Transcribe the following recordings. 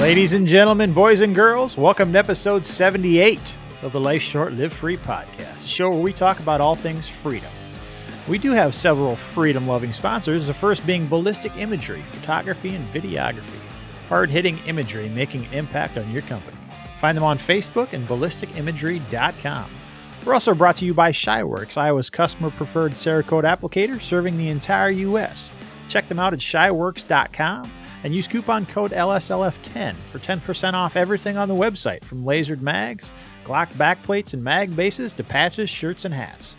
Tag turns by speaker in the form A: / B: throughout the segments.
A: Ladies and gentlemen, boys and girls, welcome to episode 78 of the Life Short Live Free podcast, the show where we talk about all things freedom. We do have several freedom loving sponsors, the first being Ballistic Imagery, Photography and Videography, hard hitting imagery making an impact on your company. Find them on Facebook and ballisticimagery.com. We're also brought to you by Shyworks, Iowa's customer preferred Cerakote applicator serving the entire U.S. Check them out at shyworks.com and use coupon code LSLF10 for 10% off everything on the website from lasered mags, Glock backplates and mag bases to patches, shirts, and hats.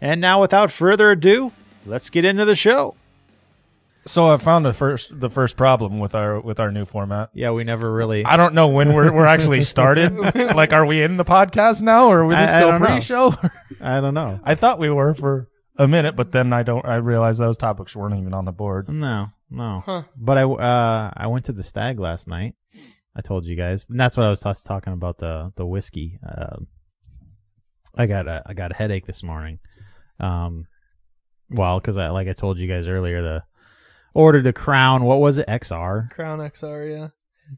A: And now, without further ado, let's get into the show.
B: So I found the first the first problem with our with our new format.
A: Yeah, we never really.
B: I don't know when we're we're actually started. like, are we in the podcast now, or are we
A: I-
B: this
A: I
B: still
A: don't know.
B: pre-show?
A: I don't know.
B: I thought we were for a minute, but then I don't. I realized those topics weren't even on the board.
C: No, no.
B: Huh.
C: But I uh I went to the stag last night. I told you guys, and that's what I was t- talking about the the whiskey. Um I got a I got a headache this morning. Um, well, because I like I told you guys earlier, the ordered the crown. What was it? XR.
D: Crown XR,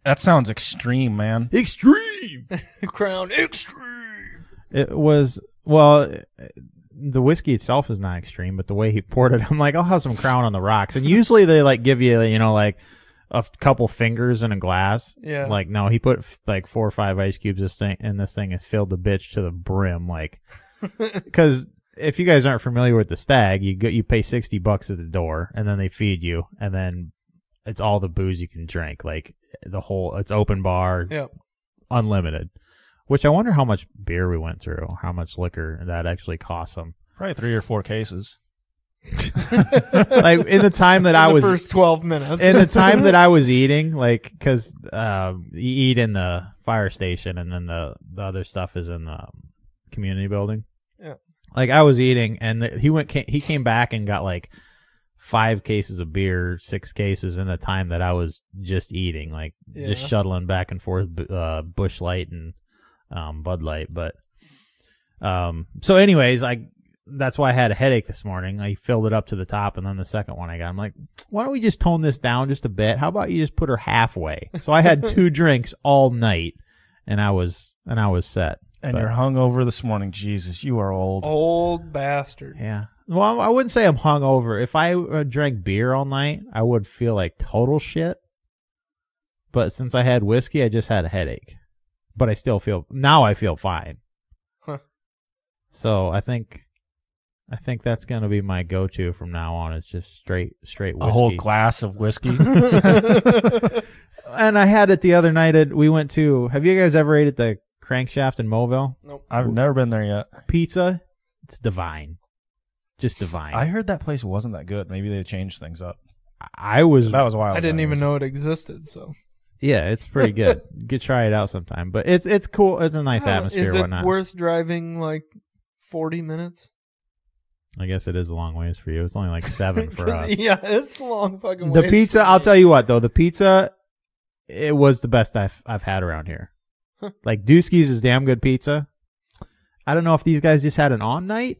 B: That sounds extreme, man.
C: Extreme.
D: yeah. Crown Extreme.
C: It was well. it- The whiskey itself is not extreme, but the way he poured it, I'm like, I'll have some Crown on the rocks. And usually they like give you, you know, like a f- couple fingers in a glass.
D: Yeah.
C: Like no, he put f- like four or five ice cubes this thing in this thing and filled the bitch to the brim. Like, because if you guys aren't familiar with the stag, you go, you pay sixty bucks at the door, and then they feed you, and then it's all the booze you can drink. Like the whole, it's open bar,
D: Yep.
C: unlimited. Which I wonder how much beer we went through, how much liquor that actually cost them.
B: Probably three or four cases.
C: Like in the time that I
D: the
C: was
D: first 12 minutes.
C: in the time that I was eating, like, because you eat in the fire station, and then the the other stuff is in the um, community building.
D: Yeah.
C: Like I was eating, and the, he went. Came, he came back and got like five cases of beer, six cases in the time that I was just eating, like just
D: Yeah.
C: shuttling back and forth, bu- uh, Bush Light and um, Bud Light. But um, so, anyways, I that's why I had a headache this morning. I filled it up to the top, and then the second one I got, I'm like, why don't we just tone this down just a bit? How about you just put her halfway? So I had two drinks all night, and I was and I was set.
B: And
C: But-
B: you're hungover this morning. Jesus, you are old.
D: Old bastard.
C: Yeah. Well, I wouldn't say I'm hungover. If I uh, drank beer all night, I would feel like total shit. But since I had whiskey, I just had a headache. But I still feel now I feel fine.
D: Huh.
C: So I think, I think that's gonna be my go-to from now on. It's just straight, straight
B: a
C: whiskey.
B: whole glass of whiskey.
C: and I had it the other night. At, we went to. Have you guys ever ate at the Crankshaft in Mobile?
D: Nope.
B: I've never been there yet.
C: Pizza. It's divine. Just divine.
B: I heard that place wasn't that good. Maybe they changed things up.
C: I was
B: That was wild.
D: I didn't even know it existed, so.
C: Yeah, it's pretty good. Good try it out sometime. But it's it's cool. It's a nice
D: I don't know,
C: atmosphere,
D: Is it
C: whatnot.
D: worth driving like 40 minutes?
C: I guess it is a long ways for you. It's only like seven for
D: 'Cause-
C: us.
D: Yeah, it's a long fucking
C: The
D: ways
C: pizza,
D: for
C: I'll
D: me.
C: tell you what though, the pizza, it was the best I've I've had around here.
D: Huh.
C: like Dusky's is damn good pizza. I don't know if these guys just had an on night,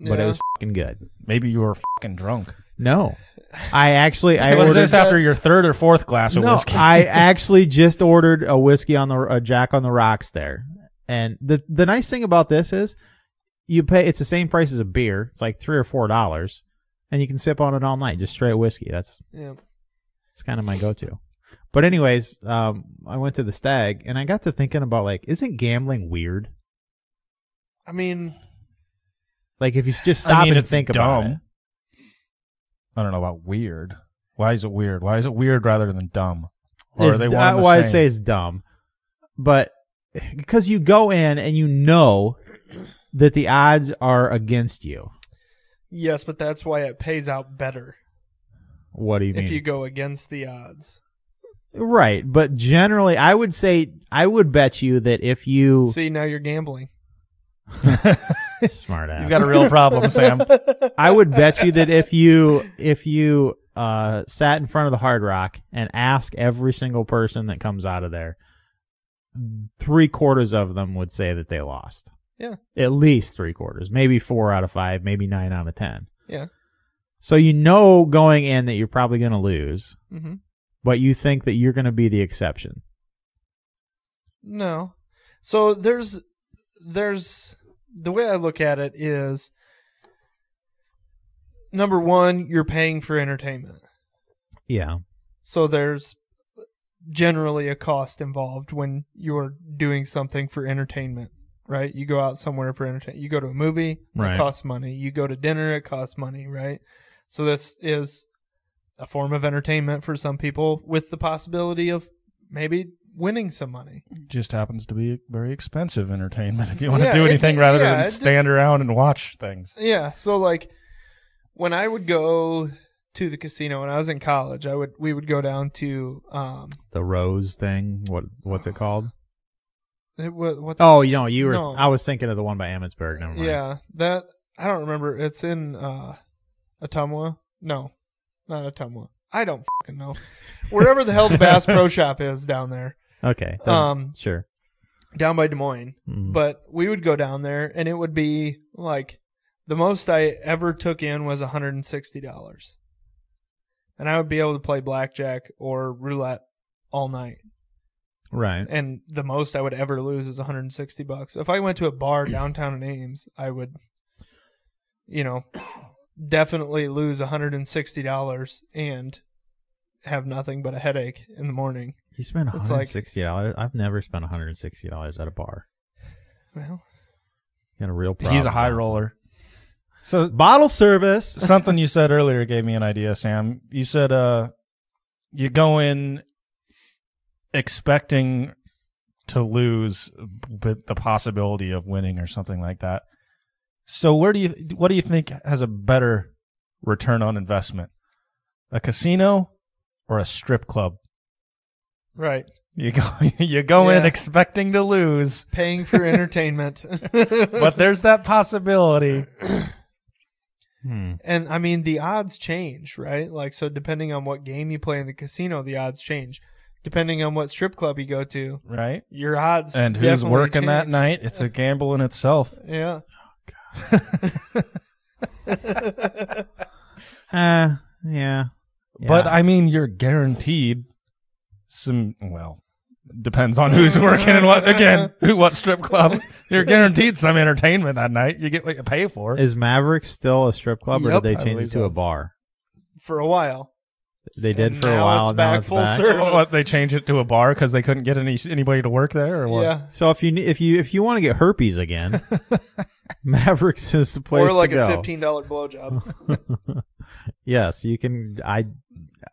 C: but it
D: Yeah.
C: was fucking good.
B: Maybe you were fucking drunk.
C: No, I actually I
B: It was
C: ordered
B: this after your third or fourth glass of
C: no,
B: whiskey?
C: I actually just ordered a whiskey on the a Jack on the rocks there. And the the nice thing about this is you pay it's the same price as a beer. It's like three or four dollars. And you can sip on it all night, just straight whiskey. That's
D: Yeah.
C: it's kind of my go to. But anyways, um I went to the stag and I got to thinking about like, isn't gambling weird?
D: I mean,
C: Like if you just stop and think about it.
B: I don't know about weird. Why is it weird? Why is it weird rather than dumb? Or
C: It's
B: are they
C: d-
B: one and the
C: well, I'd
B: same?
C: say it's dumb, but because you go in and you know that the odds are against you.
D: yes, but that's why it pays out better
C: What do you mean?
D: if you go against the odds.
C: right, but generally, I would say I would bet you that if you
D: See, now you're gambling.
C: smart ass,
B: You've got a real problem, Sam.
D: Mm-hmm.
C: I would bet you that if you if you uh, sat in front of the Hard Rock and asked every single person that comes out of there, three quarters of them would say that they lost.
D: Yeah.
C: at least three quarters, maybe four out of five, maybe nine out of ten.
D: Yeah.
C: So you know going in that you're probably going to lose,
D: hmm
C: but you think that you're going to be the exception.
D: No. So there's there's the way I look at it is number 1 you're paying for entertainment.
C: Yeah.
D: So there's generally a cost involved when you're doing something for entertainment, right? You go out somewhere for entertainment. You go to a movie,
C: Right.
D: it costs money. You go to dinner, it costs money, right? So this is a form of entertainment for some people with the possibility of maybe winning some money.
B: just happens to be very expensive entertainment if you want
D: Yeah,
B: to do
D: it-
B: anything rather
D: yeah,
B: than
D: it-
B: stand around and watch things.
D: Yeah. So like when I would go to the casino when I was in college, I would we would go down to um
C: The rose thing. What what's it called?
D: it, what, what
C: Oh, you know, you were.
D: No.
C: I was thinking of the one by Emmitsburg. Never mind.
D: Yeah, that I don't remember. It's in uh Atumwa. No, not Atumwa. I don't fucking know. Wherever the hell the Bass Pro Shop is down there,
C: Okay. doesn't-
D: um,
C: sure.
D: down by Des Moines.
C: Mm.
D: But we would go down there, and it would be like the most I ever took in was one hundred and sixty dollars, and I would be able to play blackjack or roulette all night.
C: right.
D: And the most I would ever lose is one hundred and sixty bucks. If I went to a bar downtown in Ames, I would, you know, definitely lose one hundred and sixty dollars and have nothing but a headache in the morning.
C: You spent one
D: It's
C: hundred
D: like-
C: sixty dollars. I've never spent one hundred sixty dollars at a bar.
D: Well,
C: Got a real problem.
B: He's a high
C: Allison.
B: roller. So
C: Bottle service.
B: something you said earlier gave me an idea, Sam. You said uh you go in expecting to lose but the possibility of winning or something like that. So where do you what do you think has a better return on investment? A casino or a strip club?
D: right,
B: You go you go in
D: Yeah.
B: expecting to lose,
D: paying for entertainment, but
B: but there's that possibility.
C: Hmm.
D: and I mean the odds change, right? Like so, depending on what game you play in the casino, the odds change. Depending on what strip club you go to,
B: Right?
D: your odds
B: And who's
D: definitely
B: working that
D: change.
B: night? It's a gamble in itself.
D: Yeah.
C: Uh, yeah.
B: But
C: Yeah.
B: I mean, you're guaranteed some. Well, depends on who's working and what. Again, who what strip club? You're guaranteed some entertainment that night. You get what you pay for.
C: is Maverick still a strip club, or
D: Yep,
C: did
B: I
C: they change
B: believe
C: it to
B: so.
C: a bar?
D: for a while.
C: They did
D: And
C: for a
D: now
C: while.
D: it's
C: now
D: back
C: it's
D: full
C: back.
D: circle.
B: What they change it to a bar because they couldn't get any anybody to work there, or what?
D: Yeah.
C: So if you ne- if you if you want to get herpes again, Mavericks is the place
D: or like
C: to
D: a
C: go.
D: fifteen dollar blowjob.
C: Yes, you can. I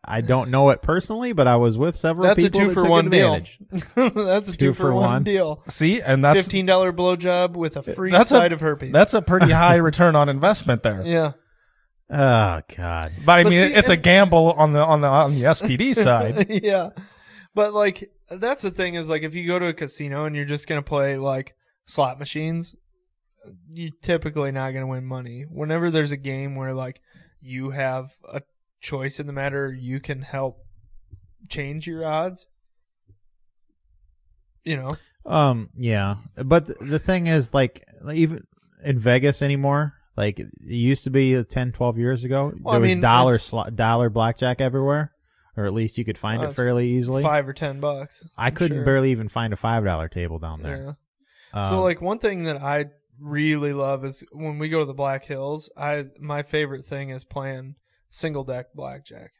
C: I don't know it personally, but I was with several
D: That's a
C: people
D: two
C: that
D: for
C: took
D: one deal.
C: advantage.
D: That's a two, for, one, deal.
B: See, and that's
D: Fifteen dollar blowjob with a free
B: That's a-
D: side of herpes.
B: that's a pretty high return on investment there.
D: yeah.
C: Oh God,
B: But I
D: But
B: mean,
D: see,
B: it's a
D: and-
B: gamble on the on the on the STD side.
D: yeah. But like that's the thing is like if you go to a casino and you're just gonna play like slot machines, you're typically not gonna win money. Whenever there's a game where like you have a choice in the matter, you can help change your odds. You know,
C: Um, yeah, but th- the thing is, like, like, even in Vegas anymore, like it used to be uh, 10, 12 years ago,
D: Well,
C: there
D: I
C: was
D: mean,
C: dollar
D: it's-
C: slo- dollar blackjack everywhere, or at least you could find
D: Uh,
C: it
D: it's
C: fairly easily.
D: five or ten bucks.
C: I
D: I'm
C: couldn't
D: sure.
C: barely even find a five dollar table down there.
D: Yeah.
C: Um,
D: so like one thing that I really love is when we go to the Black Hills. I my favorite thing is playing single deck blackjack.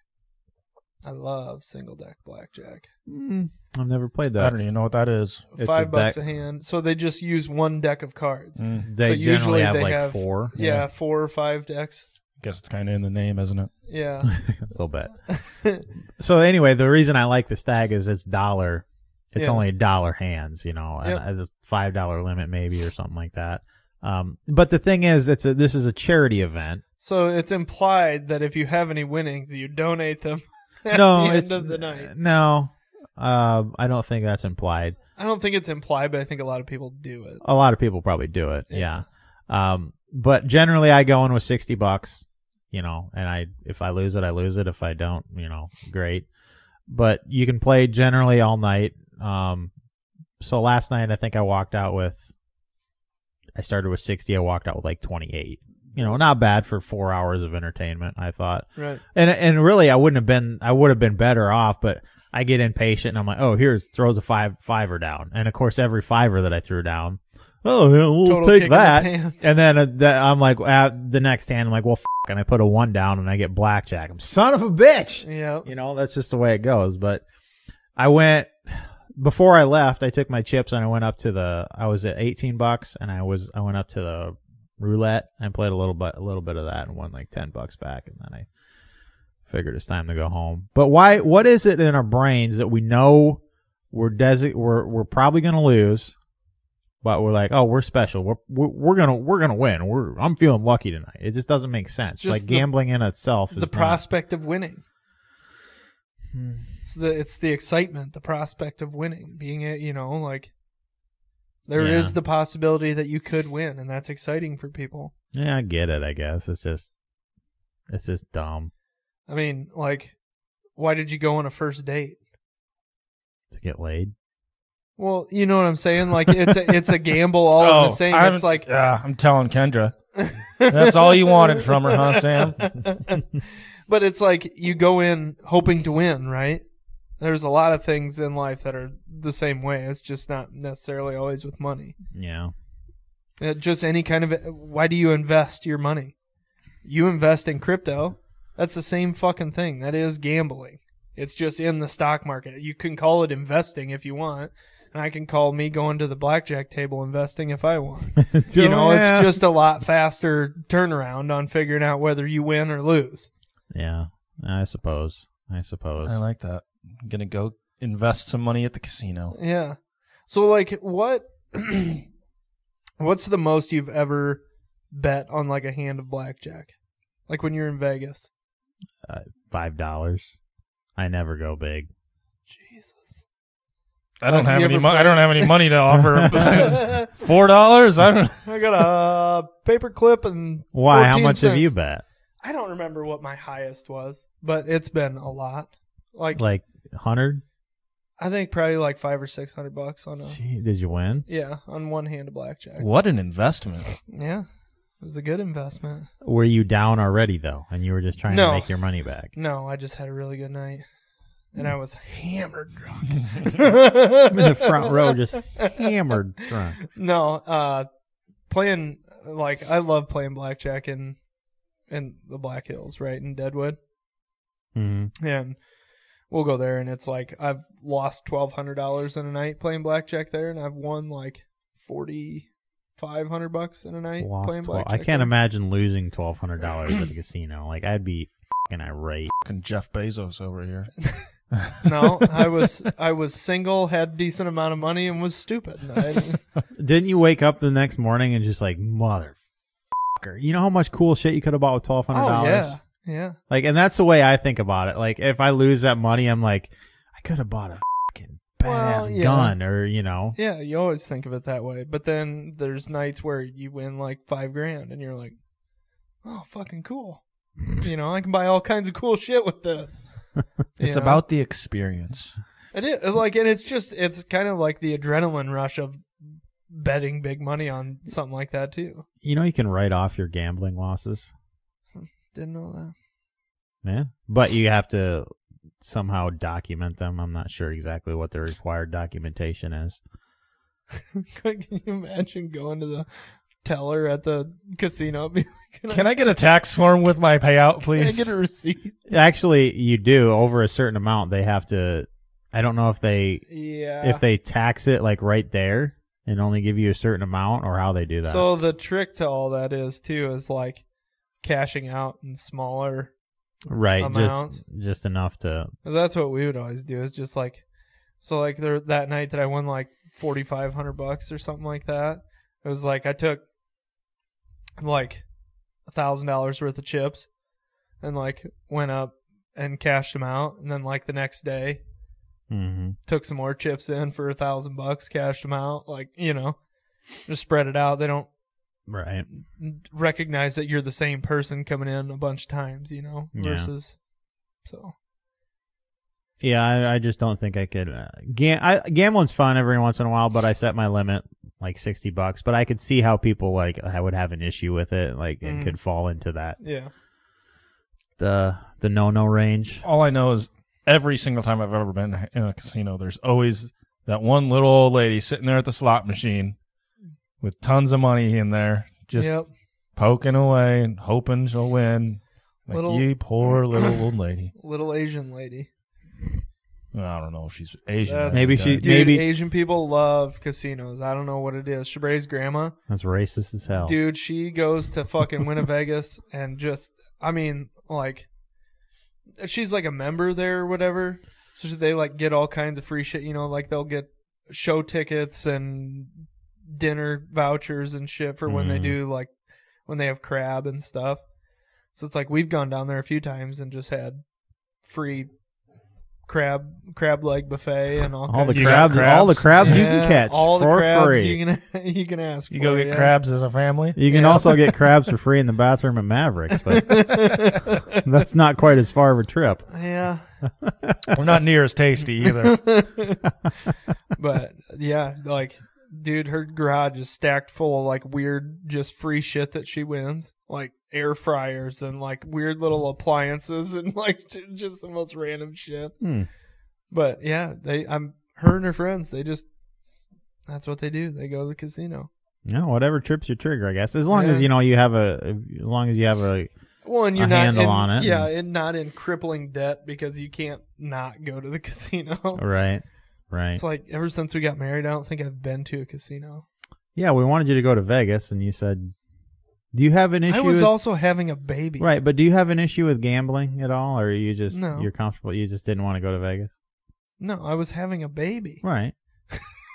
D: I love single deck blackjack.
C: mm, I've never played
B: I
C: that.
B: don't even know what that is.
C: It's
D: Five
C: a
D: bucks
C: deck-
D: a hand. So they just use one deck of cards.
B: Mm,
C: They
D: So
C: generally
D: usually
C: have
D: they
C: like
D: have-
C: four,
D: Yeah,
B: Yeah.
D: four or five decks.
B: guess it's kind of in the name, isn't it?
D: Yeah.
C: a little bit. so anyway, the reason I like the stag is it's dollar. It's
D: Yeah.
C: only dollar hands, you know,
D: Yep.
C: and it's five dollar limit maybe or something like that. Um, but the thing is, it's a this is a charity event.
D: so it's implied that if you have any winnings, you donate them at
C: no,
D: the end
C: it's
D: of the night.
C: no. Um, I don't think that's implied.
D: I don't think it's implied, but I think a lot of people do it.
C: A lot of people probably do it. Yeah. Um, but generally, I go in with sixty bucks. You know, and I if I lose it, I lose it. If I don't, you know, great. But you can play generally all night. Um, so last night I think I walked out with. I started with sixty. I walked out with like twenty eight. You know, not bad for four hours of entertainment. I thought.
D: Right.
C: and and really I wouldn't have been I would have been better off, but I get impatient and I'm like, oh, here's throws a five fiver down, and of course every fiver that I threw down, oh, yeah, we'll
D: Total kick
C: take
D: in the
C: that.
D: pants.
C: And then uh, that, I'm like, uh, the next hand, I'm like, well, f- and I put a one down and I get blackjack. I'm son of a bitch.
D: yeah.
C: You know, that's just the way it goes. But I went before I left. I took my chips and I went up to the. I was at 18 bucks and I was I went up to the roulette and played a little bit a little bit of that and won like 10 bucks back. And then I figured it's time to go home. But why? What is it in our brains that we know we're desi- we're we're probably gonna lose? But we're like, oh, we're special. We're we're, we're gonna we're gonna win. We're I'm feeling lucky tonight. It just doesn't make sense.
D: just
C: Like
D: the-
C: gambling in itself is
D: The
C: not-
D: prospect of winning. It's the it's the excitement, the prospect of winning, being it, you know, like there is
C: Yeah.
D: the possibility that you could win, and that's exciting for people.
C: Yeah, I get it. I guess it's just, it's just dumb
D: I mean, like, why did you go on a first date?
C: to get laid.
D: Well, you know what I'm saying. Like, it's a, it's a gamble all in the same.
B: I'm,
D: it's like
B: Oh, yeah, I'm telling Kendra. That's all you wanted from her, huh, Sam?
D: but it's like you go in hoping to win, right? There's a lot of things in life that are the same way. It's just not necessarily always with money.
C: Yeah,
D: Uh, just any kind of. Why do you invest your money? You invest in crypto. That's the same fucking thing. That is gambling. It's just in the stock market. You can call it investing if you want, and I can call me going to the blackjack table investing if I want. you know, it's just a lot faster turnaround on figuring out whether you win or lose.
C: yeah. I suppose. I suppose.
B: I like that. I'm gonna go invest some money at the casino.
D: Yeah. So like what what's the most you've ever bet on like a hand of blackjack? Like when you're in Vegas.
C: Five dollars. I never go big.
D: Jesus.
B: I don't have
D: Have you
B: any.
D: ever
B: Mo- I don't have any money to offer.
D: I
B: Four dollars? I don't.
D: got a paper clip and
C: Why? How
D: 14
C: much have you
D: cents.
C: bet?
D: I don't remember what my highest was, but it's been a lot. Like,
C: Like hundred?
D: I think probably like 5 or 600 bucks on a
C: Did you win?
D: yeah, on one hand of blackjack.
B: What an investment!
D: Yeah. It was a good investment.
C: Were you down already though, and you were just trying
D: No.
C: to make your money back?
D: No, I just had a really good night. And I was hammered drunk.
C: I'm Mm. in the front row, just hammered drunk.
D: No, uh playing like I love playing blackjack in in the Black Hills, right? In Deadwood.
C: hmm
D: And we'll go there and it's like I've lost twelve hundred dollars in a night playing blackjack there and I've won like forty five hundred bucks in a night
C: Lost
D: playing
C: 12
D: blackjack.
C: I can't
D: there.
C: imagine losing twelve hundred dollars at the casino. Like I'd be fucking irate.
B: Fucking Jeff Bezos over here.
D: No, I was I was single, had decent amount of money and was stupid. And I,
C: Didn't you wake up the next morning and just like mother? You know how much cool shit you could have bought with twelve hundred
D: oh
C: dollars.
D: yeah. Yeah.
C: Like, and that's the way I think about it. Like, if I lose that money, I'm like, I could have bought a fucking badass
D: Well, yeah.
C: gun, or you know,
D: Yeah, you always think of it that way. But then there's nights where you win like five grand and you're like, oh, fucking cool. you know, I can buy all kinds of cool shit with this. You
B: It's
D: know?
B: about the experience.
D: it is like, and it's just it's kind of like the adrenaline rush of betting big money on something like that too.
C: you know, you can write off your gambling losses.
D: Didn't know that.
C: Yeah, but you have to somehow document them. I'm not sure exactly what the required documentation is.
D: can you imagine going to the teller at the casino? and be like, Can,
B: Can I get a tax form with my payout,
D: I, can I
B: please?
D: get a receipt?
C: Actually, you do over a certain amount. They have to. I don't know if they
D: Yeah.
C: if they tax it like right there and only give you a certain amount, or how they do that.
D: So the trick to all that is too is like cashing out in smaller
C: right,
D: amounts.
C: just just enough to
D: 'Cause that's what we would always do is just like so like there that night that I won like forty five hundred bucks or something like that. It was like I took like a thousand dollars worth of chips and like went up and cashed them out and then like the next day
C: hmm
D: took some more chips in for a thousand bucks, cashed them out, like, you know. Just spread it out. They don't
C: right.
D: recognize that you're the same person coming in a bunch of times, you know,
C: Yeah.
D: versus so
C: Yeah, I, I just don't think I could. Uh, gam- I, gambling's fun every once in a while, but I set my limit like sixty bucks. But I could see how people like I would have an issue with it, like and
D: Mm.
C: could fall into that
D: yeah.
C: the the no no range.
B: All I know is every single time I've ever been in a casino, there's always that one little old lady sitting there at the slot machine with tons of money in there, just
D: yep.
B: poking away and hoping she'll win. Like
D: Little-
B: you poor little old lady.
D: Little Asian lady.
B: I don't know if she's Asian.
D: That's-
C: Maybe she-
D: Dude,
C: Maybe-
D: Asian people love casinos. I don't know what it is. Shebray's grandma,
C: That's racist as hell.
D: dude, she goes to fucking Winnevegas and just, I mean, like, she's like a member there or whatever. So they like get all kinds of free shit. You know, like they'll get show tickets and dinner vouchers and shit for when they
C: Mm-hmm.
B: Mm.
D: do like when they have crab and stuff. So it's like we've gone down there a few times and just had free crab crab leg buffet and all,
C: all the
D: kinds
B: You got
C: crabs, all the crabs you
D: Yeah,
C: can catch
D: all the
C: for
D: crabs
C: free.
D: you can you can ask.
B: You
D: for,
B: go get
D: yeah.
B: crabs as a family.
C: You can
D: Yeah.
C: also get crabs for free in the bathroom at Mavericks, but that's not quite as far of a trip.
D: yeah,
B: We're not near as tasty either.
D: but yeah, like dude, her garage is stacked full of like weird, just free shit that she wins, like air fryers and like weird little appliances and like j- just the most random shit.
C: Hmm.
D: But yeah, they, I'm her and her friends. They just that's what they do. They go to the casino.
C: No, whatever trips your trigger, I guess. As long
D: Yeah.
C: as you know you have a, as long as you have a,
D: Well, and
C: a
D: you're not
C: handle
D: in,
C: on it
D: Yeah, and not in crippling debt because you can't not go to the casino.
C: right, right.
D: It's like ever since we got married, I don't think I've been to a casino.
C: yeah, we wanted you to go to Vegas, and you said, "Do you have an issue?"
D: I was
C: with,
D: also having a baby.
C: right, but do you have an issue with gambling at all, or you just
D: No.
C: you're comfortable? You just didn't want to go to Vegas,
D: No, I was having a baby.
C: right?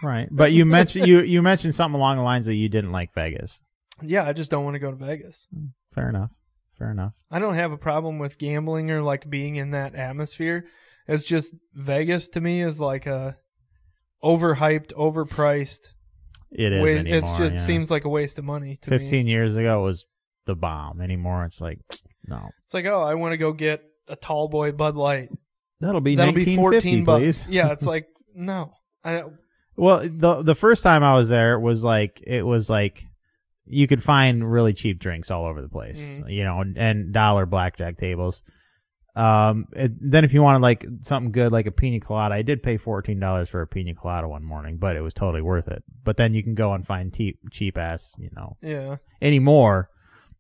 C: right, but you mentioned you you mentioned something along the lines that you didn't like Vegas.
D: Yeah, I just don't want to go to Vegas.
C: Fair enough. Fair enough.
D: I don't have a problem with gambling or like being in that atmosphere. It's just Vegas to me is like a overhyped, overpriced.
C: It is
D: wa-
C: anymore.
D: it's just
C: yeah.
D: seems like a waste of money to me.
C: fifteen years ago was the bomb. Anymore, it's like no.
D: It's like, oh, I want to go get a tall boy Bud Light.
C: That'll be
D: That'll be
C: nineteen
D: fourteen
C: fifty,
D: bucks.
C: please.
D: Yeah, it's like no. I,
C: Well, the the first time I was there it was like it was like you could find really cheap drinks all over the place,
D: Mhm.
C: you know, and, and dollar blackjack tables. Um, and then if you wanted like something good, like a pina colada, I did pay fourteen dollars for a pina colada one morning, but it was totally worth it. But then you can go and find cheap cheap ass, you know,
D: yeah,
C: anymore.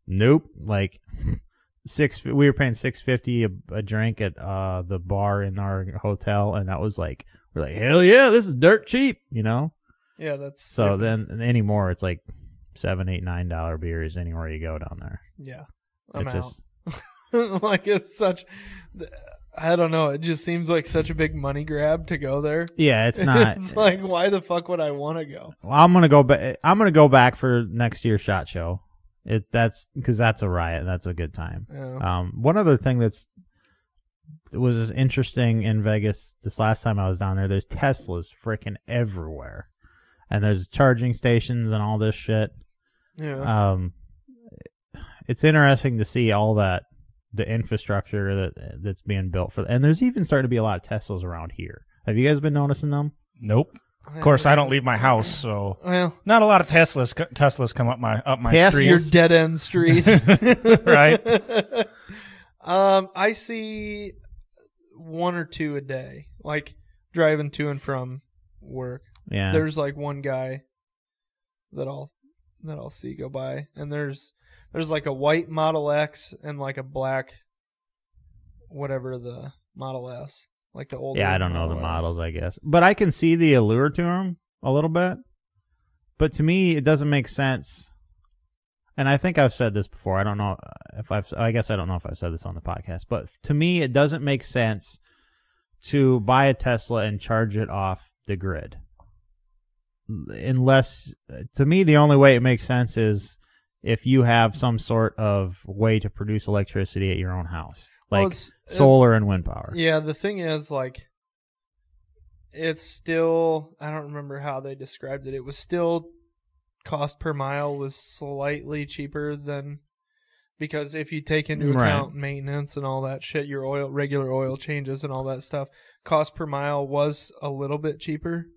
C: Nope, like six. We were paying six fifty a, a drink at uh the bar in our hotel, and that was like we're like hell yeah, this is dirt cheap, you know.
D: yeah. That's
C: So
D: stupid.
C: then anymore, it's like seven, eight, nine dollar beers anywhere you go down there.
D: yeah, I'm
C: it's
D: out.
C: just
D: like it's such I don't know, it just seems like such a big money grab to go there.
C: yeah, it's not.
D: it's like why the fuck would I want to go?
C: Well, I'm gonna go back. I'm gonna go back for next year's shot show. It that's because that's a riot. That's a good time.
D: Yeah.
C: Um, one other thing that's that was interesting in Vegas this last time I was down there. There's Teslas freaking everywhere, and there's charging stations and all this shit.
B: Uh,
D: yeah.
C: Um, it's interesting to see all that the infrastructure that that's being built for. And there's even starting to be a lot of Teslas around here. Have you guys been noticing them?
B: nope. Of course, I don't leave my house, so
D: Well,
B: not a lot of Teslas. Teslas come up my up my
C: Teslas.
B: street.
D: your dead end street.
B: Right.
D: um I see one or two a day, like driving to and from work.
C: Yeah.
D: there's like one guy that I'll that I'll see go by, and there's there's like a white Model X and like a black whatever the Model S, like the old
C: yeah, I don't know the
D: S.
C: models, I guess, but I can see the allure to them a little bit. But to me, it doesn't make sense. And I think I've said this before. I don't know if I've. I guess I don't know if I've said this on the podcast. But to me, it doesn't make sense to buy a Tesla and charge it off the grid. Unless, to me, the only way it makes sense is if you have some sort of way to produce electricity at your own house,
D: Well,
C: like
D: it's- it-
C: solar and wind power.
D: Yeah, the thing is like it's still I don't remember how they described it. It was still cost per mile was slightly cheaper than because if you take into
C: Right.
D: account maintenance and all that shit, your oil regular oil changes and all that stuff, cost per mile was a little bit cheaper.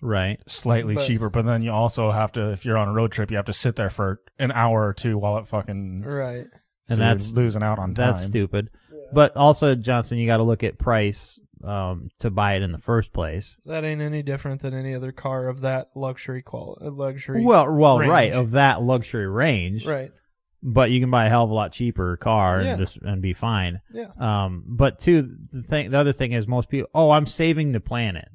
C: Right.
B: slightly
D: But-
B: cheaper, but then you also have to, if you're on a road trip, you have to sit there for an hour or two while it fucking.
D: Right.
B: so
C: And that's
B: you're losing out on time.
C: That's stupid. But also, Johnson, you got to look at price um, to buy it in the first place.
D: That ain't any different than any other car of that luxury quality. Luxury.
C: Well, well,
D: range.
C: right of that luxury range,
D: right.
C: but you can buy a hell of a lot cheaper car
D: Yeah.
C: and just and be fine.
D: Yeah.
C: Um, but two, the thing, the other thing is most people, oh, I'm saving the planet.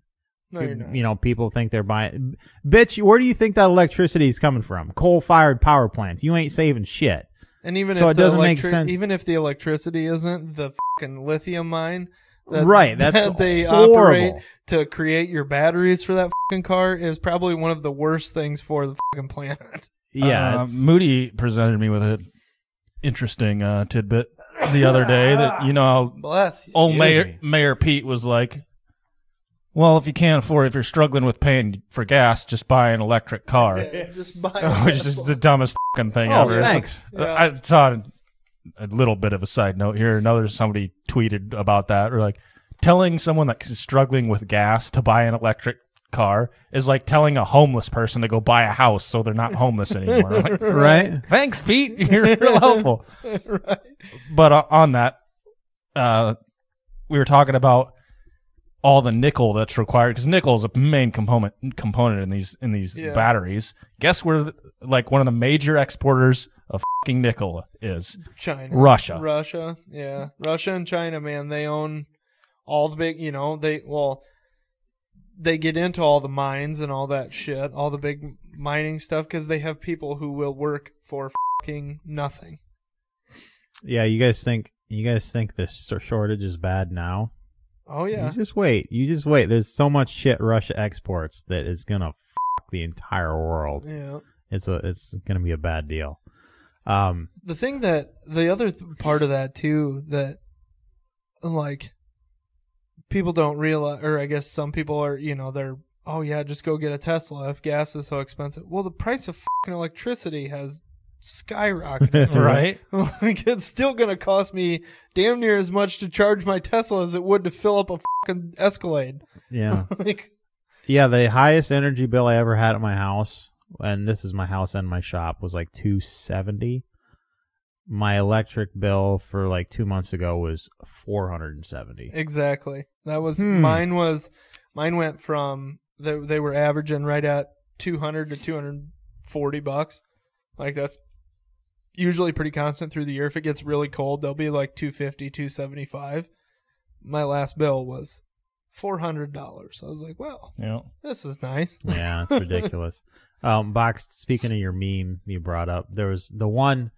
D: No, you're not.
C: You know, people think they're buying. Bitch, where do you think that electricity is coming from? Coal fired power plants. You ain't saving shit.
D: And even
C: So
D: if
C: it
D: the
C: doesn't make
D: electri-
C: sense.
D: Even if the electricity isn't the fucking lithium mine,
C: Right, that's
D: that they
C: horrible.
D: operate to create your batteries for that fucking car is probably one of the worst things for the fucking planet.
C: Yeah.
B: Uh,
C: it's-
B: Moody presented me with an interesting uh, tidbit the other day that you know how
D: Bless you.
B: old
C: Excuse
B: Mayor
C: me.
B: Mayor Pete was like, "Well, if you can't afford, if you're struggling with paying for gas, just buy an electric car,"
D: Yeah, just buy. a
B: which is
D: Tesla.
B: the dumbest fucking thing
C: Oh,
B: ever.
C: thanks.
D: Yeah.
B: I saw a little bit of a side note here. Another somebody tweeted about that, or like telling someone that's struggling with gas to buy an electric car is like telling a homeless person to go buy a house so they're not homeless anymore. Like,
C: right.
B: Thanks, Pete. You're real helpful.
D: right.
B: But uh, on that, uh, we were talking about all the nickel that's required because nickel is a main component component in these in these
D: Yeah.
B: batteries. Guess where th- like one of the major exporters of fing nickel is
D: China.
B: Russia.
D: Russia, yeah, Russia and China, man, they own all the big, you know, they well, they get into all the mines and all that shit, all the big mining stuff, because they have people who will work for fucking nothing.
C: Yeah. You guys think you guys think this shortage is bad now?
D: Oh yeah,
C: You just wait. You just wait. There's so much shit Russia exports that is gonna fuck the entire world.
D: yeah.
C: It's a it's gonna be a bad deal. Um.
D: The thing that the other th- part of that too that like people don't realize, or I guess some people are, you know, they're oh yeah, just go get a Tesla if gas is so expensive. Well, the price of fucking electricity has skyrocketed.
B: Right?
D: like it's still gonna cost me damn near as much to charge my Tesla as it would to fill up a fucking Escalade.
C: Yeah.
D: like
C: Yeah, the highest energy bill I ever had at my house, and this is my house and my shop, was like two seventy. My electric bill for like two months ago was four hundred and seventy.
D: exactly. That was
C: Hmm.
D: mine. Was mine went from they they were averaging right at two hundred to two hundred forty bucks. Like that's usually pretty constant through the year. If it gets really cold, they'll be like 250 275 My last bill was four hundred dollars. I was like, well,
B: Yeah.
D: this is nice.
C: Yeah, it's ridiculous. Um, Box. Speaking of your meme you brought up, there was the one,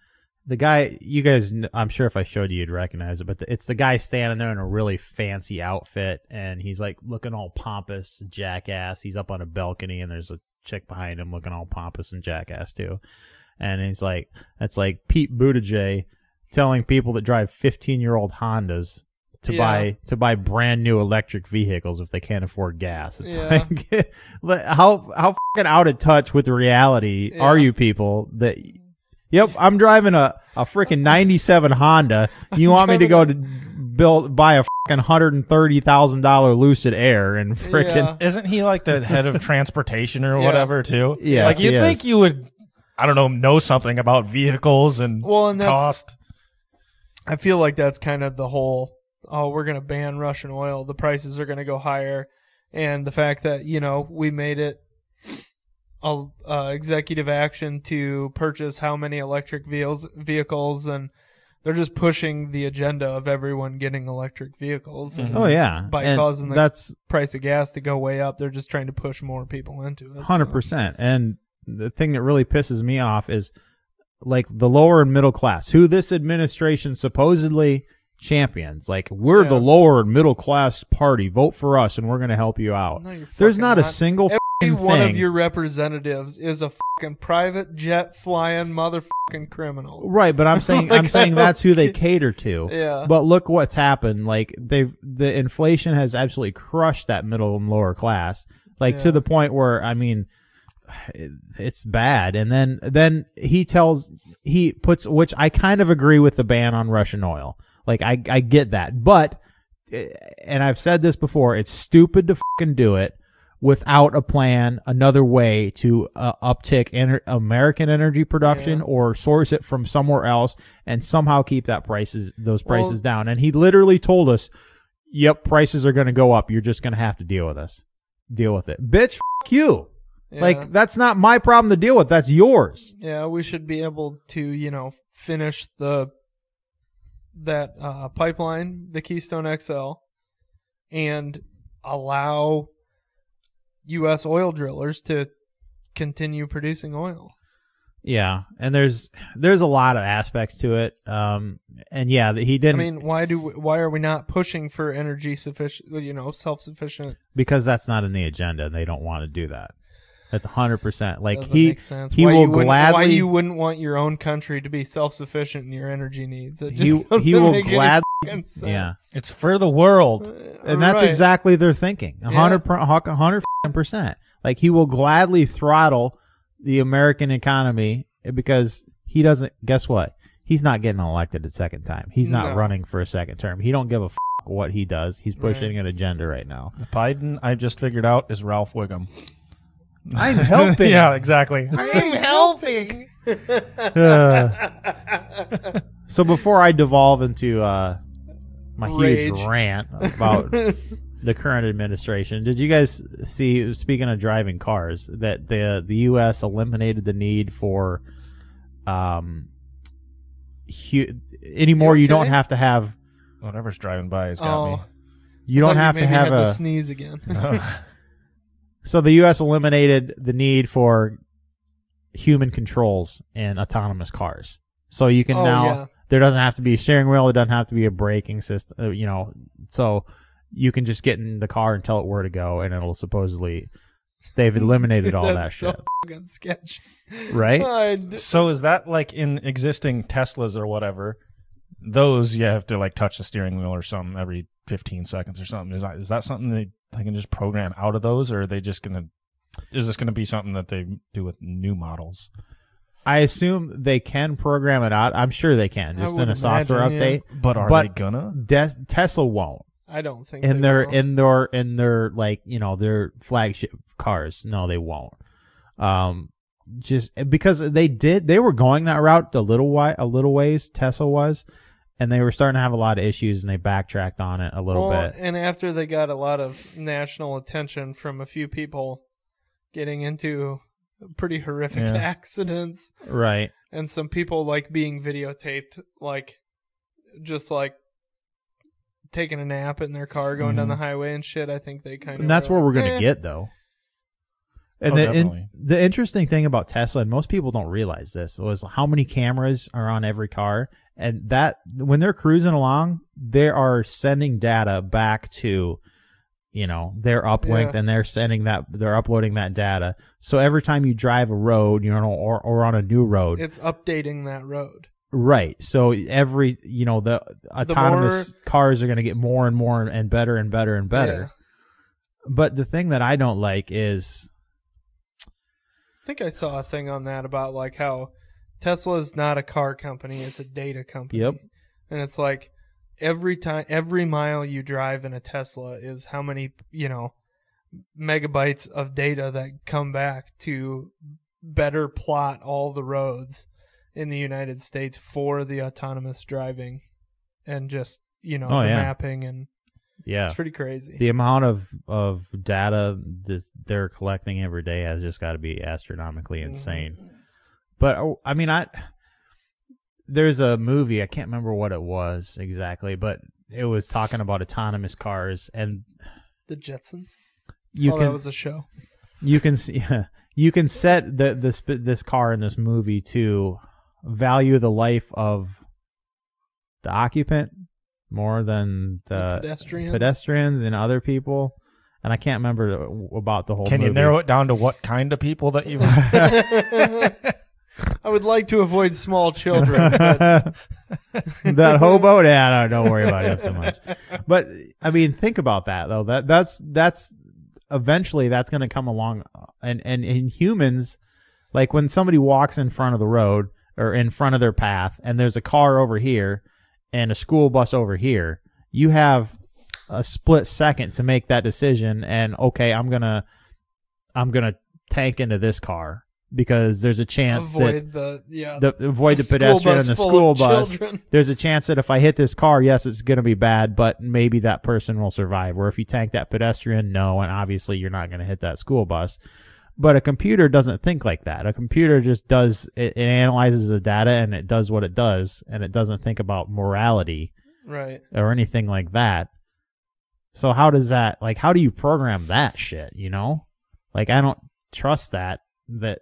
C: the guy. You guys, kn- I'm sure if I showed you, you'd recognize it. But the, it's the guy standing there in a really fancy outfit, and he's like looking all pompous, and jackass. He's up on a balcony, and there's a chick behind him looking all pompous and jackass too. And he's like, that's like Pete Buttigieg telling people that drive 15 year old Hondas to
D: Yeah.
C: buy to buy brand new electric vehicles if they can't afford gas. It's
D: Yeah.
C: like li- how how fucking out of touch with reality
D: Yeah.
C: are you people that Yep, I'm driving a a freaking 97 Honda. You want me to go to build buy a fucking $130,000 Lucid Air and oh, freaking
B: Isn't he like the head of transportation or
D: Yeah.
B: whatever too?
C: Yes,
B: Like
C: he
B: you'd
C: is.
B: think you would I don't know, know something about vehicles and,
D: Well, and that's
B: cost.
D: I feel like that's kind of the whole oh, we're going to ban Russian oil. The prices are going to go higher. And the fact that, you know, we made it a uh, executive action to purchase how many electric vehicles, vehicles and they're just pushing the agenda of everyone getting electric vehicles. And
B: Mhm.
C: Oh yeah.
D: By
C: And
D: causing the-
C: That's
D: price of gas to go way up. They're just trying to push more people into it. So-
C: Hundred percent. And the thing that really pisses me off is like the lower and middle class, who this administration supposedly champions. Like we're
D: Yeah.
C: the lower and middle class party. Vote for us, and we're going to help you out.
D: No, you're
C: There's
D: fucking
C: not, a single
D: Every
C: f***ing
D: one
C: thing.
D: of your representatives is a fucking private jet flying motherfucking criminal.
C: right, but I'm saying
D: Like, I
C: I'm saying
D: don't
C: that's who they
D: get-
C: cater to.
D: Yeah.
C: But look what's happened. Like they've the inflation has absolutely crushed that middle and lower class. Like
D: Yeah.
C: to the point where I mean, it- it's bad. And then then he tells he puts which I kind of agree with the ban on Russian oil. Like I I get that, but and I've said this before, it's stupid to fucking do it without a plan, another way to uh, uptick ener- American energy production
D: Yeah.
C: or source it from somewhere else and somehow keep that prices those prices
D: Well-
C: down. And he literally told us yep, prices are going to go up. You're just going to have to deal with us. Deal with it. Bitch, fuck you.
D: Yeah.
C: Like, that's not my problem to deal with. That's yours.
D: yeah, we should be able to, you know, finish the that uh, pipeline, the Keystone XL, and allow U.S. oil drillers to continue producing oil.
C: Yeah, and there's there's a lot of aspects to it. Um, and yeah, that he
D: I
C: didn't
D: mean, why do we, why are we not pushing for energy sufficient, you know, self sufficient?
C: because that's not in the agenda, and they don't want to do that. That's hundred percent. Like
D: Doesn't
C: he
D: make sense.
C: he
D: why
C: will
D: you wouldn't- Why
C: gladly-
D: you wouldn't want your own country to be self sufficient in your energy needs? It just
C: he
D: doesn't
C: he will
D: make any
C: gladly,
D: fucking sense.
C: yeah.
B: It's for the world.
C: and that's
D: Right.
C: exactly their thinking. A
D: Yeah.
C: hundred per- a hu- a hundred f***ing percent. Like he will gladly throttle the American economy because he doesn't. Guess what? He's not getting elected a second time. He's not
D: No.
C: running for a second term. He don't give a f- what he does. He's pushing an agenda right now.
B: Biden, I just figured out, is Ralph Wiggum.
C: I'm helping.
B: yeah, exactly.
D: I'm helping.
C: Uh. So before I devolve into uh, my
D: Rage.
C: huge rant about the current administration, did you guys see? Speaking of driving cars, that the the U.S. eliminated the need for um, hu- anymore. You,
D: You
C: don't
D: okay?
C: have to have.
B: Whatever's driving by has got
D: oh,
C: You don't
D: thought
C: have to
D: maybe
C: have
D: had
C: a.
D: to sneeze again.
B: me.
C: so the U.S. eliminated the need for human controls in autonomous cars. So you can
D: Oh,
C: now.
D: yeah.
C: there doesn't have to be a steering wheel. There doesn't have to be a braking system. uh, You know, so you can just get in the car and tell it where to go, and it'll supposedly they've eliminated all that
D: That's so
C: shit,
D: fucking sketch.
C: right?
D: I'd-
B: so is that like in existing Teslas or whatever? Those you have to like touch the steering wheel or something every 15 seconds or something. Is that is that something they, they can just program out of those, or are they just gonna? Is this gonna be something that they do with new models?
C: I assume they can program it out. I'm sure they can,
D: I
C: just
D: would
C: in a software
D: imagine, yeah.
C: update.
B: But are
C: But-
B: they gonna?
C: Des- Tesla won't.
D: I don't think
C: in
D: they
C: their
D: will.
C: in their in their like you know their flagship cars. No, they won't. Um, just because they did, they were going that route a little while, a little ways. Tesla was, and they were starting to have a lot of issues, and they backtracked on it a little
D: Well,
C: bit.
D: And after they got a lot of national attention from a few people getting into pretty horrific
B: Yeah.
D: accidents
C: Right?
D: and some people like being videotaped like just like taking a nap in their car going down
B: Mhm.
D: the highway and shit i think they kind of
C: Mm-hmm. And that's where we're gonna
D: eh.
C: get though. And
B: Oh,
C: the in-
B: definitely.
C: the interesting thing about Tesla, and most people don't realize this, was how many cameras are on every car, and that when they're cruising along, they are sending data back to, you know, their uplink,
D: Yeah.
C: and they're sending that they're uploading that data. So every time you drive a road, you know, or or on a new road,
D: it's updating that road
C: right? So every you know the autonomous cars are going to get more and more and better and better and better.
D: Yeah.
C: But the thing that I don't like is
D: i think i saw a thing on that about like how tesla is not a car company it's a data company
C: Yep.
D: and it's like every time every mile you drive in a tesla is how many you know megabytes of data that come back to better plot all the roads in the united states for the autonomous driving and just you know
C: Oh,
D: the
C: yeah.
D: mapping and
C: yeah,
D: it's pretty crazy
C: the amount of of data this they're collecting every day has just got to be astronomically
D: Mm-hmm.
C: insane. But oh, I mean, I there's a movie I can't remember what it was exactly, but it was talking about autonomous cars, and
D: the jetsons
C: you
D: oh
C: can
D: that was a show
C: you can see you can set the this this car in this movie to value the life of the occupant more than
D: the
C: the
D: pedestrians
C: pedestrians and other people. And I can't remember about the whole.
B: Can you
C: movie.
B: narrow it down to what kind of people that you? I
D: i would like to avoid small children but
C: that hobo, yeah, no, don't worry about him so much. But I mean, think about that though. That that's that's eventually that's going to come along, uh, and and in humans, like when somebody walks in front of the road or in front of their path, and there's a car over here and a school bus over here, you have a split second to make that decision. And okay, I'm gonna I'm gonna tank into this car because there's a chance
D: Avoid the yeah.
C: that the avoid the,
D: school
C: pedestrian
D: bus
C: and the
D: full of
C: school bus.
D: children.
C: There's a chance that if I hit this car, yes, it's going to be bad, but maybe that person will survive. Or if you tank that pedestrian, no, and obviously you're not going to hit that school bus. But a computer doesn't think like that. A computer just does it, it analyzes the data and it does what it does, and it doesn't think about morality
D: Right.
C: or anything like that. So how does that like how do you program that shit, you know? Like I don't trust that that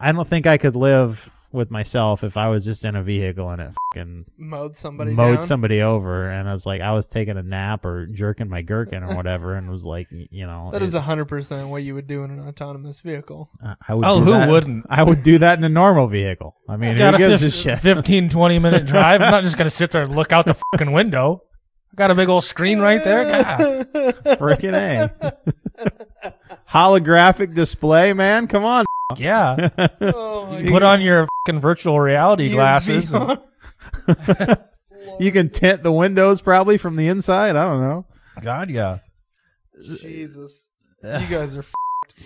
C: I don't think I could live with myself if I was just in a vehicle and it fucking
D: Mowed somebody
C: mowed
D: down.
C: somebody over and I was like I was taking a nap or jerking my gherkin or whatever and was like y- you know
D: That
C: it-
D: is hundred percent what you would do in an autonomous vehicle.
C: I- I would
B: Oh,
C: do
B: who
C: that-
B: wouldn't?
C: I would do that in a normal vehicle. I mean, who
B: got a
C: gives a
B: fif-
C: shit?
B: 15, 20 minute drive. I'm not just going to sit there and look out the fucking window. I got a big old screen right there. God.
C: Freaking A. Holographic display, man. Come on.
B: Yeah.
D: oh my
B: You put on your fucking virtual reality glasses. and-
C: You can tint the windows probably from the inside. I don't know.
B: God, yeah.
D: Jesus. You guys are f-
B: Oh,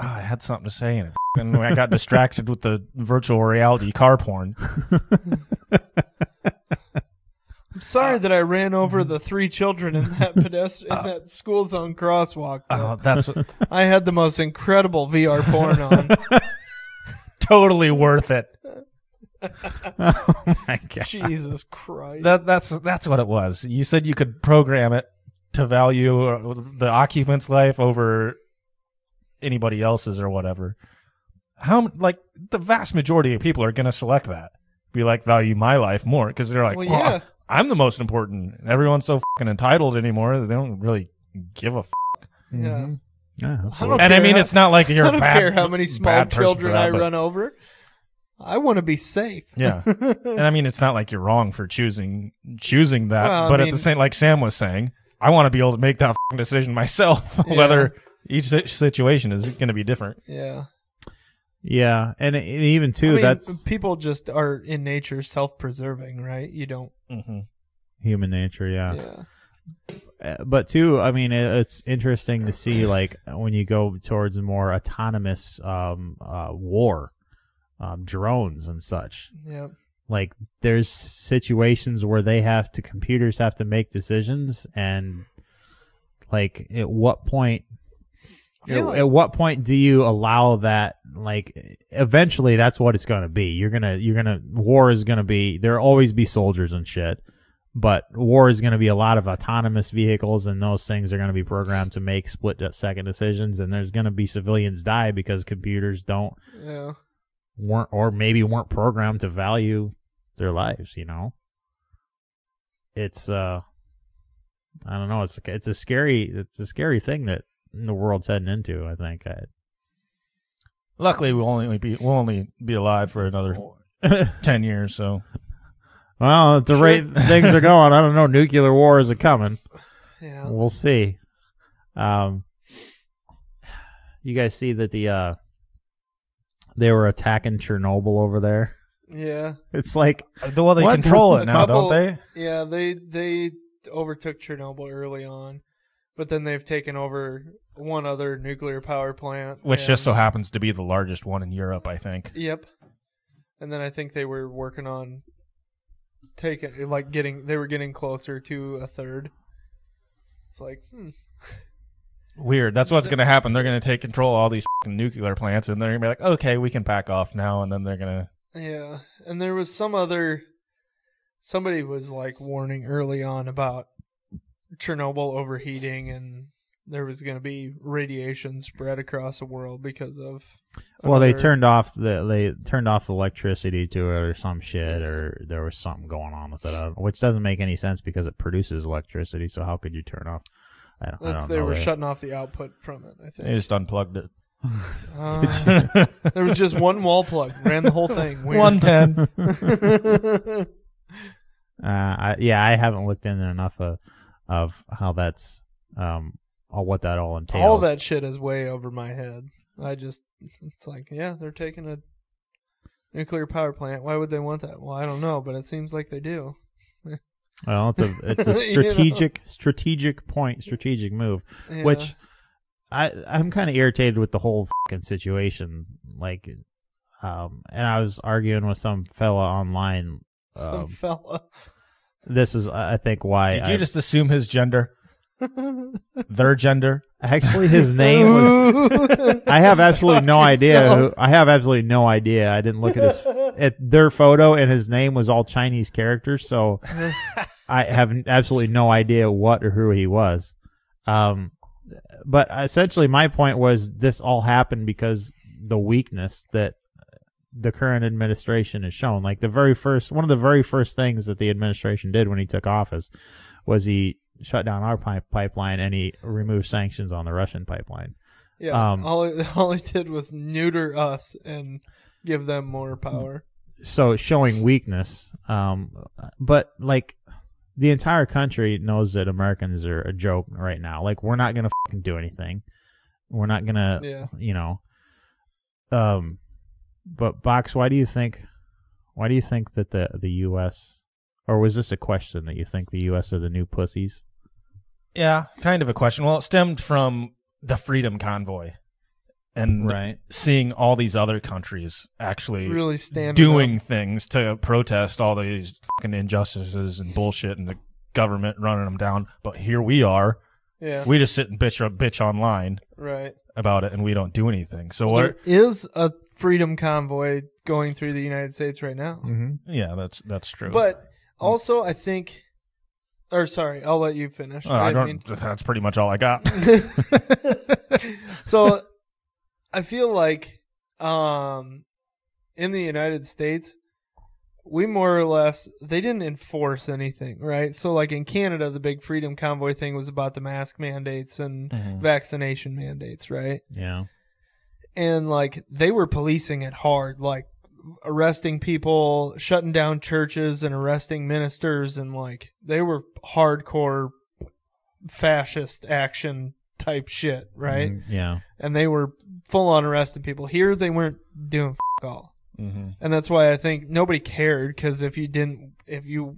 B: I had something to say and it fucking- I got distracted with the virtual reality car porn.
D: I'm sorry that I ran over the three children in that pedestrian in that school zone crosswalk.
B: Oh,
C: Uh-huh.
D: though.
B: that's
D: I had the most incredible VR porn on.
B: totally worth it.
C: Oh my god.
D: Jesus Christ.
B: That that's that's what it was. You said you could program it to value uh, the occupant's life over anybody else's or whatever. How m- like the vast majority of people are going to select that. Be like value my life more because they're like,
D: well,
B: "Oh,
D: yeah.
B: I'm the most important. And Everyone's so fucking entitled anymore. that They don't really give a. F-
C: Mm-hmm.
D: Yeah. I don't
B: and I
D: care
B: mean,
D: how-
B: it's not like you're
D: I
B: a
D: don't
B: bad-
D: care how many small
B: bad person for
D: children
B: that,
D: I
B: but-
D: run over. I want to be safe.
B: Yeah, and I mean, it's not like you're wrong for choosing choosing that.
D: Well, I
B: but at
D: mean-
B: the same, like Sam was saying, I want to be able to make that f***ing decision myself.
D: Yeah.
B: Whether each si- situation is going to be different.
D: Yeah.
C: Yeah, and, and even too,
D: I mean,
C: that's
D: people just are in nature self-preserving, right? You don't.
B: Mm-hmm.
C: human nature. Yeah.
D: Yeah.
C: Uh, But too, I mean, it, it's interesting to see like when you go towards a more autonomous um, uh, war, um, drones and such.
D: Yeah.
C: Like there's situations where they have to computers have to make decisions and like at what point
D: I feel
C: at,
D: like-
C: at what point do you allow that like eventually that's what it's going to be you're going to you're going to war is going to be there'll always be soldiers and shit but war is going to be a lot of autonomous vehicles and those things are going to be programmed to make split second decisions and there's going to be civilians die because computers don't
D: Yeah.
C: weren't or maybe weren't programmed to value their lives you know it's uh i don't know it's it's a scary it's a scary thing that the world's heading into i think
B: Luckily, we'll only be we'll only be alive for another
C: I,
B: ten years. So
C: well at the
D: Sure.
C: rate things are going i don't know nuclear wars are coming
D: Yeah.
C: we'll see um you guys see that the uh they were attacking chernobyl over there
D: Yeah.
C: it's like
B: the well, they
C: What?
B: control
D: A
B: it now,
D: couple-
B: don't they?
D: Yeah, they they overtook Chernobyl early on, but then they've taken over one other nuclear power plant,
B: Which
D: and-
B: just so happens to be the largest one in Europe, I think.
D: Yep. And then I think they were working on taking like getting they were getting closer to a third. It's like hmm,
B: Weird. That's what's going to happen. They're going to take control of all these fucking nuclear plants, and they're going to be like, okay, we can back off now, and then they're going to.
D: yeah. And there was some other somebody was like warning early on about Chernobyl overheating and there was going to be radiation spread across the world because of
C: Well, they
D: another-
C: turned off the they turned off the electricity to it or some shit or there was something going on with it, I don't- which doesn't make any sense because it produces electricity. So how could you turn off? I don't, I
D: That's
C: don't
D: they
C: know.
D: were
C: They-
D: shutting off the output from it. I
B: They
D: think
B: just unplugged it.
D: Uh, there was just one wall plug ran the whole thing. Weird.
B: One ten.
C: Uh, I, yeah, I haven't looked in enough of, of how that's um or what that all entails.
D: all that shit is way over my head. I just it's like yeah, they're taking a nuclear power plant. Why would they want that? Well, I don't know, but it seems like they do.
C: Well, it's a it's a
D: You know?
C: strategic strategic point strategic move.
D: Yeah.
C: Which I I'm kind of irritated with the whole fucking situation. Like, um, and I was arguing with some fella online.
D: Some
C: Um,
D: fella.
C: this is I I think why
B: Did
C: I,
B: you just assume his gender? Their gender?
C: actually his name was. I have absolutely no
D: Fuck
C: idea.
D: yourself.
C: Who, I have absolutely no idea. I didn't look at his at their photo, and his name was all Chinese characters, so I have absolutely no idea what or who he was. Um, but essentially, my point was this all happened because the weakness that the current administration has shown. Like the very first, one of the very first things that the administration did when he took office was he shut down our pipe pipeline and he removed sanctions on the Russian pipeline.
D: yeah.
C: um,
D: all, he- all he did was neuter us and give them more power.
C: so it's showing weakness. Um, but like the entire country knows that Americans are a joke right now. Like we're not gonna fucking do anything. We're not gonna,
D: Yeah.
C: you know. Um, but Box, why do you think? Why do you think that the the U.S. or was this a question that you think the U.S. are the new pussies?
B: Yeah, kind of a question. Well, it stemmed from the Freedom Convoy and
C: Right.
B: seeing all these other countries actually
D: Really standing
B: doing
D: up.
B: things to protest all these fucking injustices and bullshit and the government running them down. But here we are.
D: Yeah.
B: We just sit and bitch bitch online
D: right.
B: about it and we don't do anything. So
D: Well,
B: what?
D: there is a freedom convoy going through the United States right now.
C: Mm-hmm.
B: yeah, that's that's true.
D: But also, I think. Or sorry, I'll let you finish.
B: Uh, I
D: didn't
B: don't.
D: mean-
B: That's pretty much all I got.
D: so I feel like um in the United States we more or less they didn't enforce anything, right? So like in Canada the big freedom convoy thing was about the mask mandates and vaccination mandates, right?
C: Yeah.
D: And like they were policing it hard, like arresting people, shutting down churches and arresting ministers and like they were hardcore fascist action type shit, right?
C: Mhm. Yeah.
D: and they were full on arresting people. Here they weren't doing f- all,
B: hmm
D: and that's why I think nobody cared because if you didn't, if you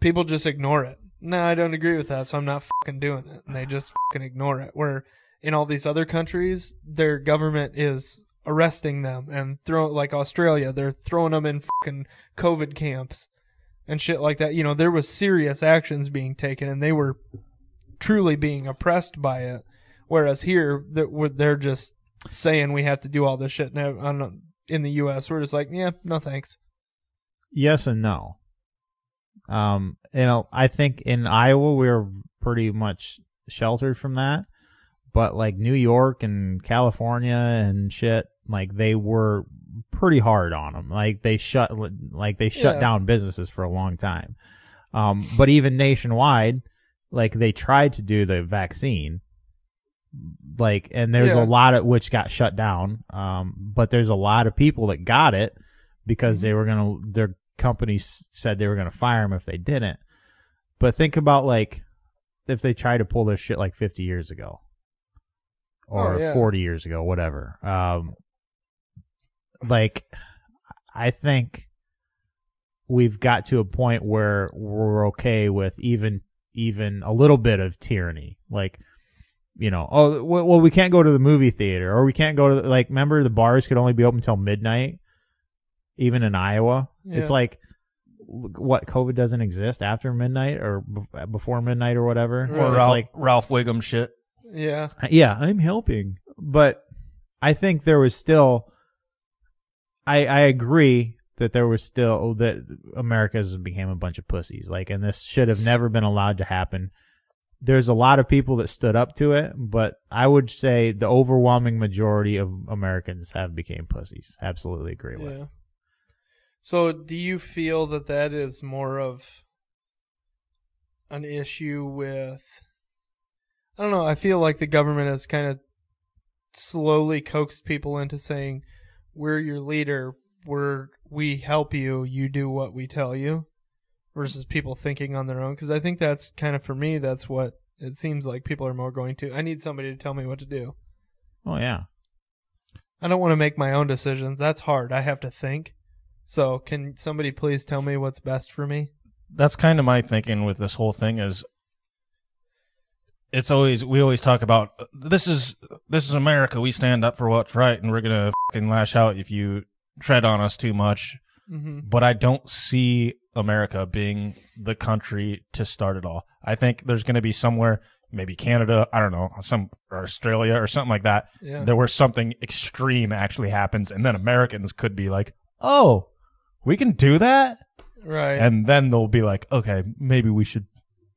D: people just ignore it. No, I don't agree with that, so I'm not fucking doing it, and they just fucking ignore it. Where in all these other countries, their government is arresting them and throwing like Australia, they're throwing them in fucking COVID camps and shit like that. You know, there was serious actions being taken, and they were truly being oppressed by it. Whereas here, that we're- they're just saying we have to do all this shit. Now, I don't- in the U.S., we're just like, yeah, no thanks.
C: yes and no. Um, you know, I think in Iowa we were pretty much sheltered from that, but like New York and California and shit, like they were pretty hard on them. Like they shut, like they shut
D: Yeah.
C: down businesses for a long time. Um, but even nationwide, like they tried to do the vaccine, like, and there's
D: Yeah.
C: a lot of which got shut down. Um, but there's a lot of people that got it because
D: Mm-hmm.
C: they were gonna their companies said they were gonna fire them if they didn't. But think about like if they tried to pull this shit like 50 years ago or
D: Oh, yeah.
C: 40 years ago, whatever. Um, like I think we've got to a point where we're okay with even even a little bit of tyranny, like. You know, oh w- well, we can't go to the movie theater, or we can't go to the, like. Remember, the bars could only be open till midnight even in Iowa. It's
D: Yeah.
C: like what COVID doesn't exist after midnight or b- before midnight or whatever.
D: Right.
B: Or
C: It's
B: Ralph,
C: like
B: Ralph Wiggum shit.
D: Yeah,
C: yeah, I'm helping, but I think there was still I I agree that there was still that America's became a bunch of pussies like and this should have never been allowed to happen. There's a lot of people that stood up to it, but I would say the overwhelming majority of Americans have became pussies. Absolutely agree with.
D: yeah. So, do you feel that that is more of an issue with? I don't know. I feel like the government has kind of slowly coaxed people into saying, "We're your leader. We're we help you. You do what we tell you," versus people thinking on their own. Because I think that's kind of for me. That's what it seems like people are more going to. I need somebody to tell me what to do.
C: Oh yeah.
D: I don't want to make my own decisions. That's hard. I have to think. So, can somebody please tell me what's best for me?
B: That's kind of my thinking with this whole thing is it's always we always talk about this is this is America. We stand up for what's right, and we're gonna fucking lash out if you tread on us too much.
D: Mm-hmm.
B: But I don't see America being the country to start it all. I think there's gonna be somewhere, maybe Canada, I don't know, some or Australia or something like that,
D: Yeah.
B: there where something extreme actually happens, and then Americans could be like, oh, we can do that,
D: right.
B: and then they'll be like, okay, maybe we should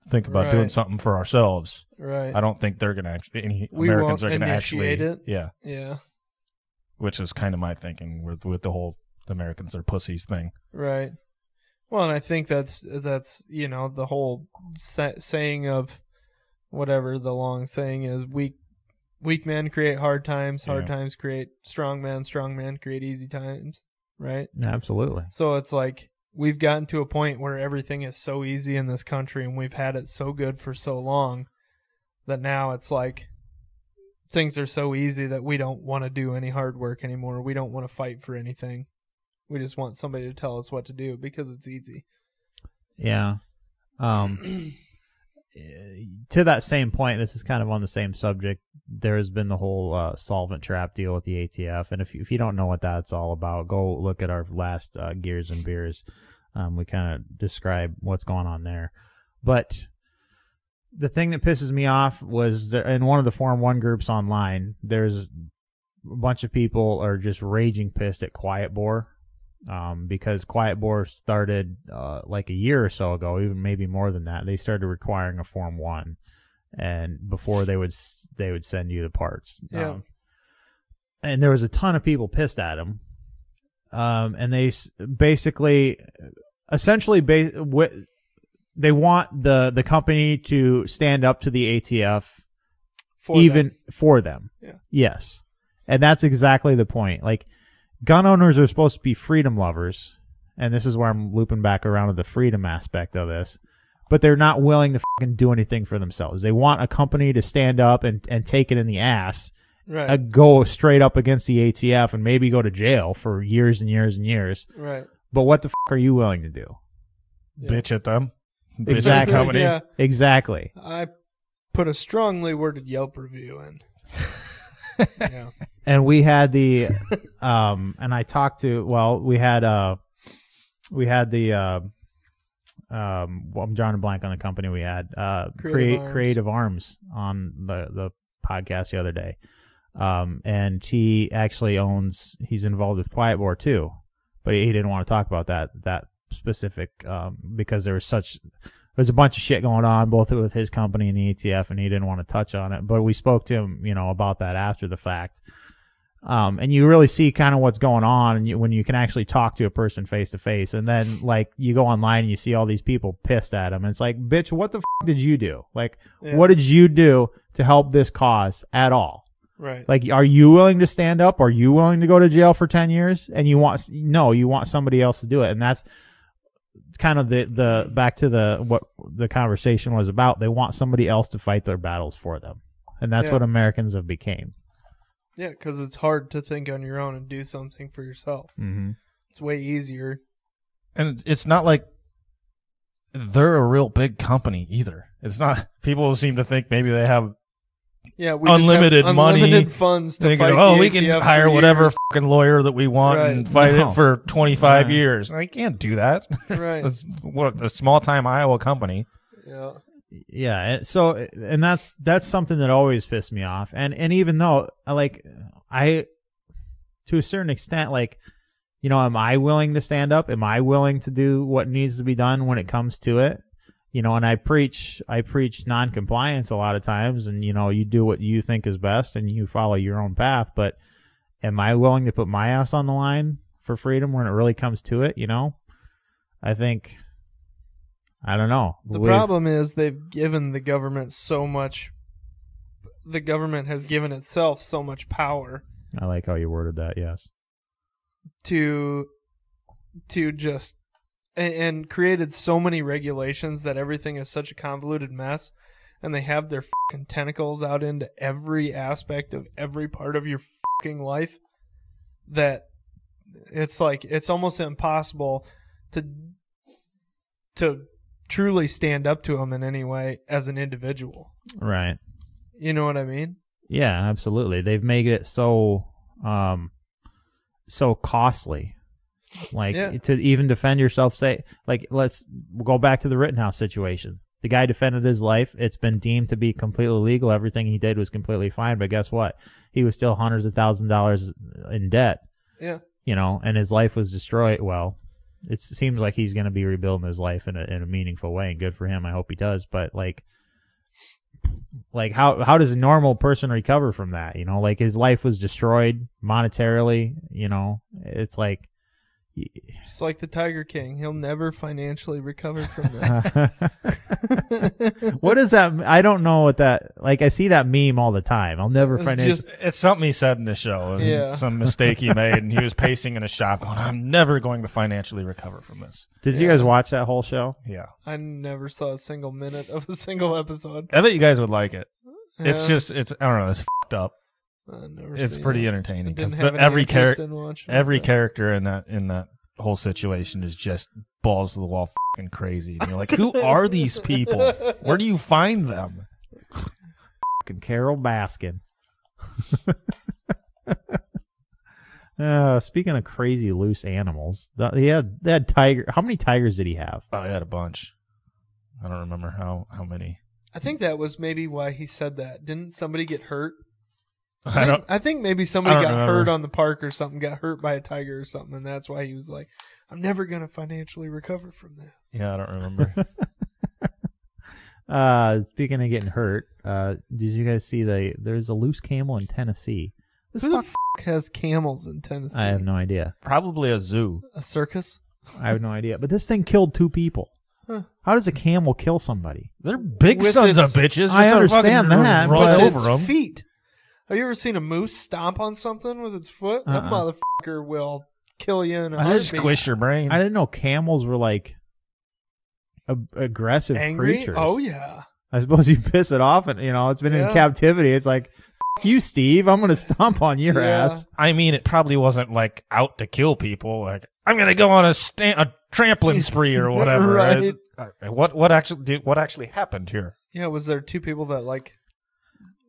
B: think about doing
D: Right.
B: something for ourselves.
D: right.
B: I don't think they're going to actually, any
D: We
B: Americans are
D: won't
B: going to actually.
D: initiate it.
B: Yeah.
D: yeah.
B: Which is kind of my thinking with, with the whole Americans are pussies thing.
D: Right. Well, and I think that's that's you know the whole sa- saying of whatever the long saying is weak weak men create hard times, hard
B: Yeah.
D: times create strong men, strong men create easy times, right?
C: Absolutely.
D: So it's like we've gotten to a point where everything is so easy in this country and we've had it so good for so long that now it's like things are so easy that we don't want to do any hard work anymore. We don't want to fight for anything. We just want somebody to tell us what to do because it's easy.
C: Yeah. Um, to that same point, this is kind of on the same subject. There has been the whole uh, solvent trap deal with the ATF, and if you, if you don't know what that's all about, go look at our last uh, gears and beers. Um, we kind of describe what's going on there, but the thing that pisses me off was there, in one of the Form One groups online. There's a bunch of people are just raging pissed at Quiet Bore um, because Quiet Bore started uh, like a year or so ago, even maybe more than that. They started requiring a Form One, and before they would s- they would send you the parts.
D: Yeah.
C: Um, and there was a ton of people pissed at him, um, and they s- basically, essentially, ba- wi- they want the the company to stand up to the ATF
D: For
C: even
D: them.
C: for them.
D: Yeah.
C: Yes. And that's exactly the point. Like gun owners are supposed to be freedom lovers, and this is where I'm looping back around to the freedom aspect of this. But they're not willing to fucking do anything for themselves. They want a company to stand up and, and take it in the ass,
D: right,
C: uh, go straight up against the ATF, and maybe go to jail for years and years and years.
D: right,
C: But what the fuck are you willing to do?
D: Yeah.
B: Bitch at them. Bitch at
C: Exactly.
B: the company.
D: Yeah,
C: Exactly.
D: I put a strongly worded Yelp review in. yeah,
C: and we had the um and i talked to well we had uh we had the uh um well, i'm drawing a blank on the company we had uh
D: Creative
C: creative,
D: Arms.
C: creative arms on the the podcast the other day um and he actually owns he's involved with quiet war too but he didn't want to talk about that that specific um because there was such there's a bunch of shit going on both with his company and the ETF, and he didn't want to touch on it. But we spoke to him, you know, about that after the fact. Um, and you really see kind of what's going on and you, when you can actually talk to a person face to face, and then like you go online and you see all these people pissed at him. And it's like, bitch, what the f- did you do? Like,
D: yeah,
C: what did you do to help this cause at all?
D: right,
C: Like, are you willing to stand up? Are you willing to go to jail for ten years? And you want no, you want somebody else to do it, and that's kind of the the back to the what the conversation was about. They want somebody else to fight their battles for them, and that's
D: Yeah.
C: what Americans have became.
D: yeah, because it's hard to think on your own and do something for yourself.
C: Mm-hmm.
D: It's way easier.
B: And it's not like they're a real big company either. It's not, people seem to think maybe they have,
D: Yeah, we just have
B: Unlimited money.
D: unlimited funds to
B: they
D: fight
B: can go, oh,
D: the
B: we can
D: ATF for
B: hire whatever
D: years."
B: fucking lawyer that we want and
D: Right.
B: fight
C: No.
B: it for 25
C: Yeah.
B: years. I can't do that.
D: Right.
B: It's- what, a small time Iowa company.
D: Yeah.
C: yeah and so and that's that's something that always pissed me off and and even though like i to a certain extent like you know am i willing to stand up am i willing to do what needs to be done when it comes to it you know and i preach i preach non-compliance a lot of times and you know you do what you think is best and you follow your own path but am i willing to put my ass on the line for freedom when it really comes to it you know i think i don't know
D: The
C: We've-
D: problem is they've given the government so much. The government has given itself so much power
C: I like how you worded that. Yes.
D: to, to just, and, and created so many regulations that everything is such a convoluted mess, and they have their fucking tentacles out into every aspect of every part of your fucking life, that it's like it's almost impossible to to truly stand up to him in any way as an individual.
C: Right.
D: You know what I mean?
C: Yeah, absolutely. They've made it so um so costly. Like
D: Yeah.
C: to even defend yourself say like let's go back to the Rittenhouse situation. The guy defended his life. It's been deemed to be completely legal. Everything he did was completely fine, but guess what? He was still hundreds of thousands of dollars in debt.
D: Yeah.
C: You know, and his life was destroyed. Well, it seems like he's going to be rebuilding his life in a in a meaningful way, and good for him. I hope he does. But like, like how how does a normal person recover from that you know like his life was destroyed monetarily you know it's like
D: It's like the Tiger King. He'll never financially recover from this.
C: what is that i don't know what that like i see that meme all the time i'll never
D: It's
C: financially
D: just-
B: It's something he said in the show. and
D: Yeah.
B: Some mistake he made, and he was pacing in a shop, going, "I'm never going to financially recover from this."
C: did you
D: yeah.
C: guys watch that whole show
B: Yeah,
D: I never saw a single minute of a single episode.
B: I bet you guys would like it. It's
D: Yeah,
B: just, it's I don't know, it's fucked up.
D: I never
B: It's
D: seen
B: pretty
D: it. I
B: entertaining
D: didn't
B: because
D: have any
B: every
D: interest
B: character,
D: in watching it,
B: every
D: but-
B: character in that in that whole situation is just balls to the wall, fucking crazy. And you're like, who are these people? Where do you find them?
C: Fucking carol baskin uh, speaking of crazy loose animals th- he had that tiger how many tigers did he have
B: Oh, I had a bunch. I don't remember how how many.
D: I think that was maybe why he said that. Didn't somebody get hurt?
B: I don't.
D: I think maybe somebody
B: I
D: got
B: don't remember.
D: hurt on the park or something, got hurt by a tiger or something, and that's why he was like, "I'm never gonna financially recover from this."
B: Yeah, I don't remember.
C: Uh, speaking of getting hurt, uh, did you guys see the there's a loose camel in Tennessee? This
D: Who the
C: fuck-
D: f- has camels in Tennessee?
C: I have no idea.
B: Probably a zoo.
D: a circus.
C: I have no idea. But this thing killed two people.
D: Huh.
C: How does a camel kill somebody?
B: They're big
D: With
B: sons of
D: its-
B: bitches. Just
C: I
B: don't fucking
C: understand that,
B: Run
C: but-
D: With
B: over
D: its
B: them.
D: feet. Have you ever seen a moose stomp on something with its foot? That
C: Uh-uh.
D: motherfucker will kill you in a
C: I
D: heartbeat.
C: heard-
B: Squish your brain.
C: I didn't know camels were like ag- aggressive
D: Angry?
C: creatures.
D: Oh yeah.
C: I suppose you piss it off, and you know it's been in
D: Yeah.
C: captivity. It's like. "F- You Steve, I'm gonna stomp on your
D: Yeah.
C: ass.
B: I mean, it probably wasn't like out to kill people. Like I'm gonna go on a stan- a trampling spree or whatever.
D: Right.
B: I- I- what what actually did, what actually happened here?
D: Yeah. Was there two people that like?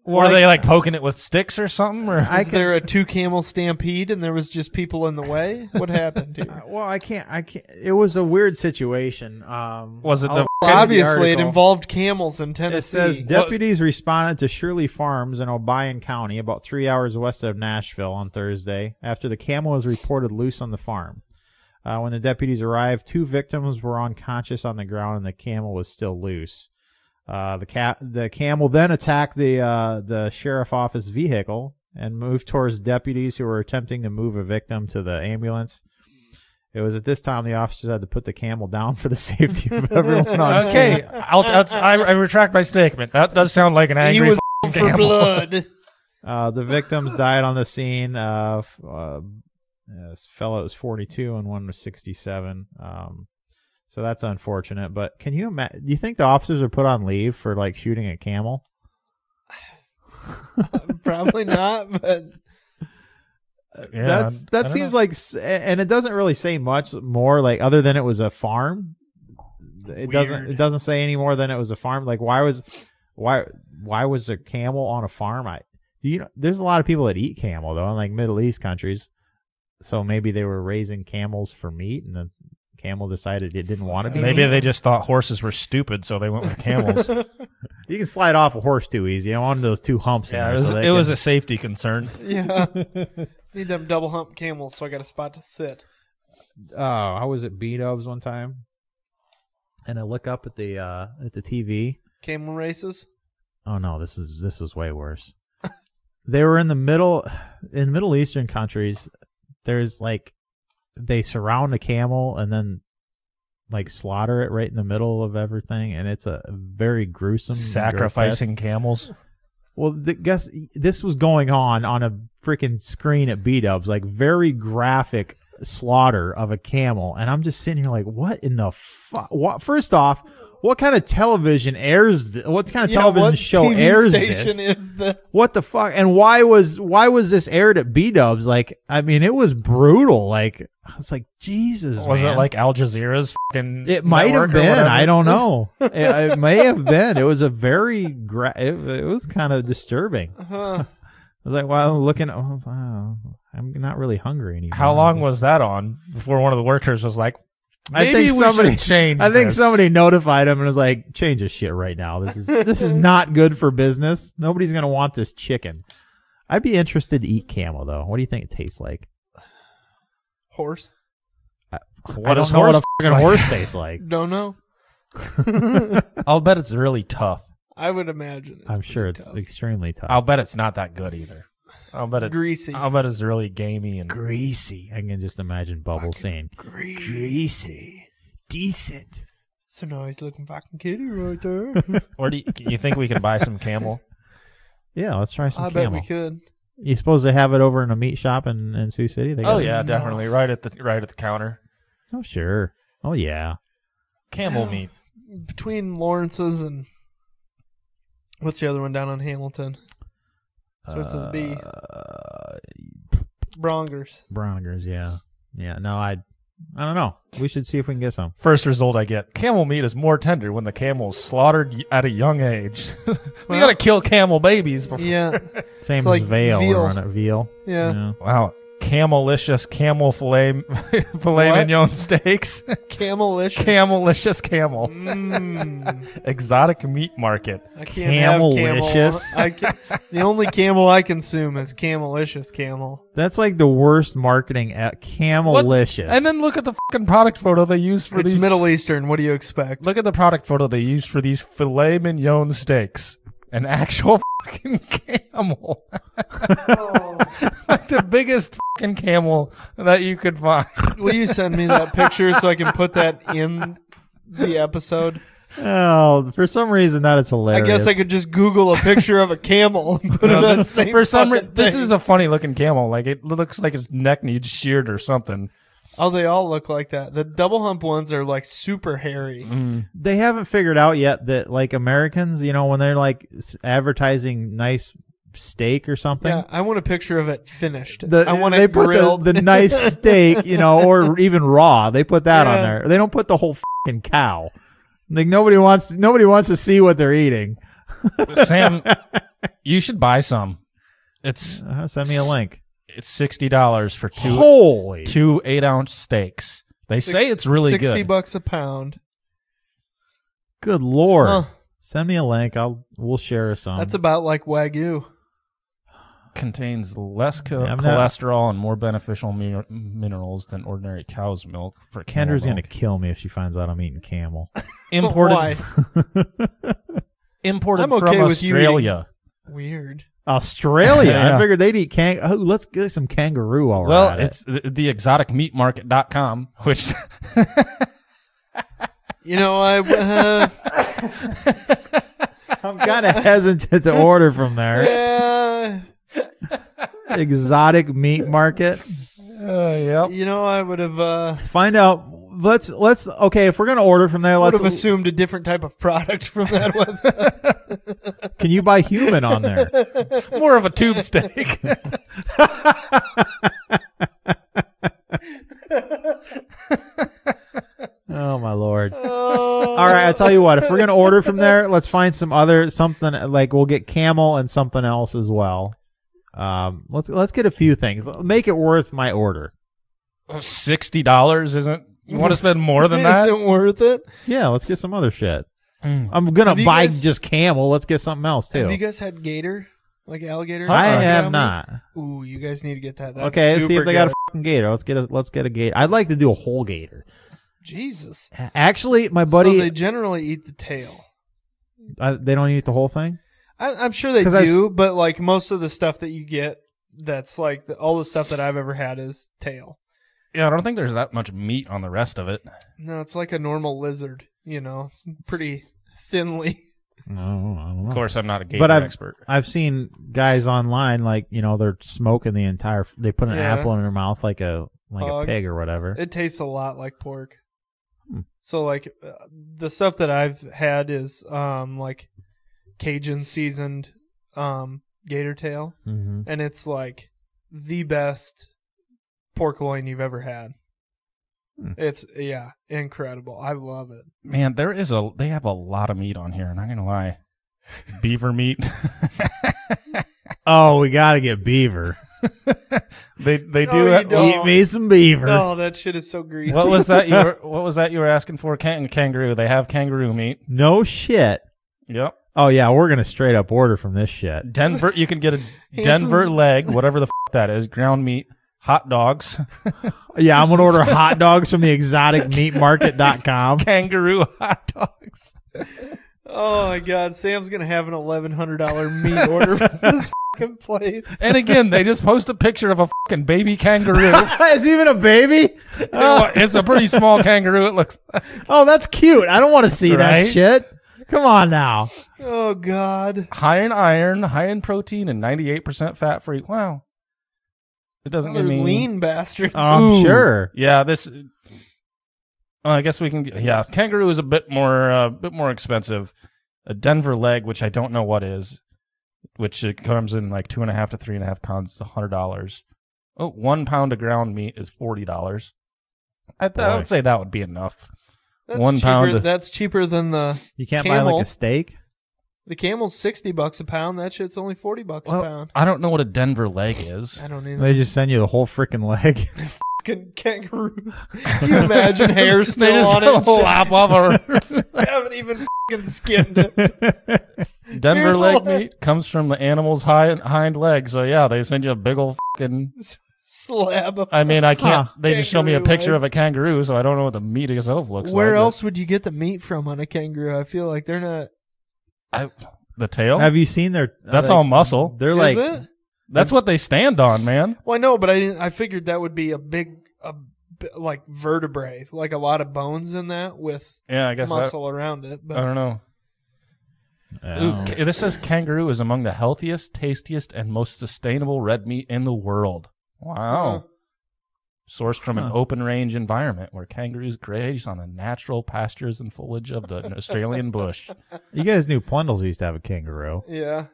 B: Were they like poking it with sticks or something? Or
D: Was there a two camel stampede and there was just people in the way? What happened
C: Uh,
D: here?
C: Well, I can't. I can't. It was a weird situation. Um,
B: was it
C: I'll-
B: the
D: Well, obviously, it
C: article.
D: involved camels in
C: It
D: Tennessee.
C: says deputies responded to Shirley Farms in Obion County, about three hours west of Nashville, on Thursday after the camel was reported loose on the farm. Uh, when the deputies arrived, two victims were unconscious on the ground, and the camel was still loose. Uh, the cat, the camel then attacked the uh, the sheriff office vehicle and moved towards deputies who were attempting to move a victim to the ambulance. It was at this time the officers had to put the camel down for the safety of everyone on scene.
B: okay? I'll, I'll, I, I retract my statement. That does sound like an
D: he
B: angry
D: was
B: f***ing
D: for
B: camel.
D: blood.
C: Uh, the victims died on the scene. Uh, f- uh, this fellow was 42 and one was 67. Um, so that's unfortunate. But can you imagine? Do you think the officers are put on leave for like shooting a camel?
D: Probably not, but
B: Yeah,
C: That's,
B: I
C: that
B: don't
C: seems
B: know.
C: like, s- and it doesn't really say much more. Like other than it was a farm, it doesn't.
B: Weird.
C: It doesn't say any more than it was a farm. Like why was, why why was a camel on a farm? I do you know? There's a lot of people that eat camel though in like Middle East countries, so maybe they were raising camels for meat, and the camel decided it didn't want to be.
B: maybe
C: meat.
B: they just thought horses were stupid, so they went with camels.
C: you can slide off a horse too easy. I'm on those two humps. in
B: yeah, it
C: there,
B: was,
C: so
B: it
C: they
B: was
C: can-
B: a safety concern.
D: yeah. Need them double hump camels, so I got a spot to sit.
C: oh, I was at B Dubs one time, and I look up at the uh at the TV.
D: Camel races.
C: oh no this is this is way worse they were in the middle in middle eastern countries there's like they surround a camel and then like slaughter it right in the middle of everything and it's a very gruesome
B: Sacrificing camels.
C: grotesque- well th- guess this was going on on a freaking screen at b-dubs like very graphic slaughter of a camel and i'm just sitting here like what in the fuck what first off What kind of television airs? Th- what kind of
D: Yeah,
C: television
D: what
C: show
D: TV
C: airs
D: station
C: this?
D: is this?
C: what the fuck? And why was why was this aired at B Dubs? Like, I mean, it was brutal. Like, I was like, Jesus,
B: Was
C: man.
B: it like Al Jazeera's fucking?
C: It might have
B: network or
C: been.
B: whatever?
C: I don't know. it, it may have been. It was a very. Gra- it, it was kind of disturbing. I
D: Huh.
C: was like, well, looking. Oh, wow. I'm not really hungry anymore.
B: How long was that on before one of the workers was like,
C: I
B: "Maybe
C: think
B: we
C: somebody-
B: should change."
C: I think
B: this.
C: somebody notified him and was like, "Change this shit right now. This is this is not good for business. Nobody's gonna want this chicken." I'd be interested to eat camel though. What do you think it tastes like?
D: Horse?
B: What
C: I don't
B: does
C: know what a
B: horse
C: fucking
B: taste like?
C: horse tastes like.
D: Don't know.
B: I'll bet it's really tough.
D: I would imagine. It's
C: I'm sure
D: pretty
C: it's
D: tough.
C: extremely tough.
B: I'll bet it's not that good either. I'll bet it.
D: greasy.
B: I'll bet it's really gamey and
C: greasy. I can just imagine Bubbles saying,
D: greasy.
C: "Decent."
D: So now he's looking fucking kitty right there.
B: Or do you, you think we can buy some camel?
C: Yeah, let's try some
D: I bet
C: camel.
D: we could.
C: You supposed to have it over in a meat shop in, in Sioux City? They got
B: Oh
C: it?
B: yeah, definitely. Right at the right at the counter.
C: Oh sure. Oh yeah.
B: Camel meat.
D: Between Lawrence's and what's the other one down on Hamilton? Starts with a B.
C: Uh,
D: Brongers.
C: Bronigers, yeah, yeah. No, I, I don't know. We should see if we can get some.
B: First result I get: camel meat is more tender when the camel is slaughtered y- at a young age. we
D: Well-
B: gotta kill camel babies before.
D: Yeah,
C: Same
D: It's
C: as
D: like
C: veal,
D: veal.
C: Run it veal.
D: yeah.
B: Wow. Camelicious camel filet filet
D: What?
B: mignon steaks.
D: Camelicious.
B: Camelicious camel.
D: Mm,
B: Exotic meat market.
D: I can't have camel.
C: Camelicious.
D: I can, the only camel I consume is camelicious camel.
C: That's like the worst marketing at Camelicious.
B: And then look at the fucking product photo they used for
D: it's
B: these.
D: Middle Eastern. What do you expect?
B: look at the product photo they used for these filet mignon steaks. An actual fucking camel. like the biggest fucking camel that you could find.
D: Will you send me that picture so I can put that in the episode?
C: oh, for some reason that is
D: I
C: hilarious.
D: guess I could just Google a picture of a camel and put it on the same.
B: for some reason,
D: fucking
B: this
D: thing.
B: is a funny looking camel. Like it looks like its neck needs sheared or something.
D: Oh, they all look like that. The double hump ones are like super hairy.
C: they haven't figured out yet that like Americans, you know, when they're like s- advertising nice steak or something.
D: Yeah, I want a picture of it finished.
C: The,
D: I want
C: they
D: it
C: put the,
D: grilled.
C: the nice steak, you know, or even raw. They put that on
D: Yeah.
C: there. They don't put the whole fucking cow. Like nobody wants nobody wants to see what they're eating.
B: Sam, you should buy some. It's
C: Uh, send me a
B: S-
C: link.
B: it's sixty dollars for two
C: Holy
B: two eight ounce steaks. They say it's really
D: sixty
B: good.
D: bucks a pound.
C: good lord!
D: Huh,
C: Send me a link. I'll we'll share some.
D: that's about like wagyu.
B: Contains less co-
C: Yeah, I'm not-
B: cholesterol and more beneficial mi- minerals than ordinary cow's milk. For
C: Kendra's
B: camel
C: gonna
B: milk.
C: kill me if she finds out I'm eating camel.
B: imported
D: Why?
B: imported
D: I'm okay
B: from
D: with you
B: Australia.
D: Weird.
C: Australia. I
B: Yeah.
C: figured they'd eat kang. Oh, let's get some kangaroo while we're
B: Well,
C: at it.
B: it's the, the exoticmeatmarket.com, which
D: You know, I uh,
C: I'm kind of hesitant to order from there.
D: yeah,
C: Exotic meat market.
B: yep.
D: you know, I would have uh,
C: Find out. Let's let's okay. If we're gonna order from there,
D: would
C: let's.
D: have assumed a different type of product from that website.
C: Can you buy human on there?
B: more of a tube steak.
C: Oh my lord.
D: Oh,
C: All right, I tell you what. If we're gonna order from there, let's find some other something like we'll get camel and something else as well. Um, let's let's get a few things. Make it worth my order.
B: Sixty dollars isn't. You want to spend more than that?
D: isn't worth it.
C: Yeah, let's get some other shit.
B: Mm.
C: I'm gonna
D: Have you
C: buy
D: guys-
C: just camel. Let's get something else too.
D: Have you guys had gator? Like alligator?
C: I
B: Uh-uh.
C: have not.
D: Ooh, you guys need to get that. That's
C: okay, let's see if
D: super
C: they got a
D: good.
C: fucking gator. Let's get a let's get a gator. I'd like to do a whole gator.
D: Jesus.
C: Actually, my
D: so
C: buddy,
D: they generally eat the tail.
C: I, they don't eat the whole thing.
D: I, I'm sure they
C: 'Cause I've
D: do, but like most of the stuff that you get, that's like the, all the stuff that I've ever had is tail.
B: Yeah, I don't think there's that much meat on the rest of it.
D: No, it's like a normal lizard. You know, pretty thinly.
C: No, I don't know.
B: Of course, I'm not a gator
C: I've-
B: expert.
C: I've seen guys online like you know they're smoking the entire. They put an
D: Yeah.
C: apple in their mouth like a like
D: Hog.
C: a pig or whatever.
D: It tastes a lot like pork.
C: Hmm.
D: So like uh, the stuff that I've had is um like Cajun seasoned um gator tail
C: Mm-hmm.
D: and it's like the best pork loin you've ever had.
B: Hmm.
D: It's yeah, incredible. I love it.
B: Man, there is a they have a lot of meat on here. Not gonna lie, beaver meat.
C: Oh, we gotta get beaver.
B: they they
D: No,
B: do.
D: you
B: have-
D: don't.
C: Eat me some beaver.
D: Oh, that shit is so greasy.
B: What was that you were What was that you were asking for? Can- kangaroo. They have kangaroo meat.
C: No shit.
B: Yep.
C: Oh yeah, we're gonna straight up order from this shit.
B: Denver. You can get a
D: Handsome.
B: Denver leg, whatever the f- that is. Ground meat, hot dogs,
C: Yeah, I'm gonna order hot dogs from the exoticmeatmarket.com.
B: kangaroo hot dogs.
D: oh my god, Sam's gonna have an eleven hundred dollar meat order from this fucking place.
B: And again, they just post a picture of a fucking baby kangaroo.
C: it's even a baby. Oh,
B: it's a pretty small kangaroo. It looks.
C: oh, that's cute. I don't want to see
B: Right?
C: that shit. Come on now.
D: Oh god.
B: high in iron, high in protein, and 98% fat free. Wow. It doesn't
D: They're
B: give me. Ah,
D: lean bastards.
C: Oh, I'm
B: Ooh.
C: sure.
B: Yeah, this. Well, I guess we can. Yeah, kangaroo is a bit more, uh, bit more expensive. A Denver leg, which I don't know what is, which it comes in like two and a half to three and a half pounds, is hundred dollars. Oh, one pound of ground meat is forty dollars. I, th- I
C: Boy.
B: would say that would be enough.
D: That's
B: one
D: cheaper,
B: pound of-
D: That's cheaper than the
C: You can't buy
D: Camel.
C: like a steak.
D: the camel's sixty bucks a pound. That shit's only forty bucks
B: Well,
D: a pound.
B: I don't know what a Denver leg is.
D: I don't even
C: They just send you the whole freaking leg.
D: fucking kangaroo. Can you imagine hair
B: They
D: still
B: just
D: on it? and shit?
B: lop off a-
D: I haven't even fucking skimmed it.
B: Denver
D: Here's
B: leg
D: a-
B: meat comes from the animal's hind, hind leg. So yeah, they send you a big old fucking.
D: Slab. of-
B: I mean, I can't.
C: Huh.
B: They just show me a
D: Kangaroo
B: picture
D: leg.
B: of a kangaroo, so I don't know what the meat itself looks like.
D: Where
B: but
D: else would you get the meat from on a kangaroo? I feel like they're not.
B: I, the tail.
C: Have you seen their?
B: That's
C: like-
B: all muscle.
C: They're
D: Is
C: like
D: it?
B: That's what they stand on, man.
D: Well, I know, but I didn't, I figured that would be a big, a b- like vertebrae, like a lot of bones in that with
B: Yeah, I guess. I,
D: muscle around it.
B: I
D: But
B: don't know.
C: I
B: Ooh,
C: don't know.
B: ca- this says kangaroo is among the healthiest, tastiest, and most sustainable red meat in the world. Wow.
D: Huh.
B: Sourced from an
C: Huh.
B: open range environment where kangaroos graze on the natural pastures and foliage of the Australian bush.
C: You guys knew Plundles used to have a kangaroo.
D: yeah,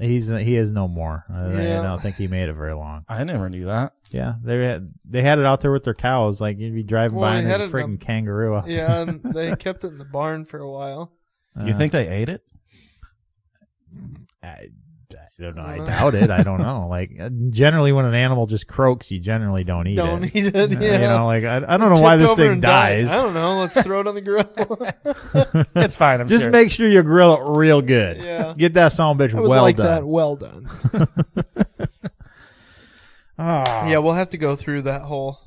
C: He's he is no more. I,
D: Yeah.
C: I don't think he made it very long.
B: I never knew that.
C: Yeah, they had they had it out there with their cows. Like you'd be driving
D: Well,
C: by
D: they
C: and there's a
D: had it in
C: freaking kangaroo. Out
D: yeah. And they kept it in the barn for a while.
C: there.
B: you
C: Uh,
B: think they ate it?
C: I, I don't know. I
D: Uh.
C: doubt it. I don't know. Like uh, generally, when an animal just croaks, you generally don't eat
D: Don't
C: it.
D: eat it.
C: Uh,
D: Yeah.
C: You know, like I, I don't know why this
D: Tipped over
C: thing
D: and died.
C: dies.
D: I don't know. Let's throw it on the grill.
B: It's fine. I'm
C: just
B: sure.
C: make sure you grill it real good.
D: Yeah.
C: Get that son of a bitch
D: I would
C: well
D: like that.
C: done.
D: Well done.
C: Ah.
D: Yeah, we'll have to go through that whole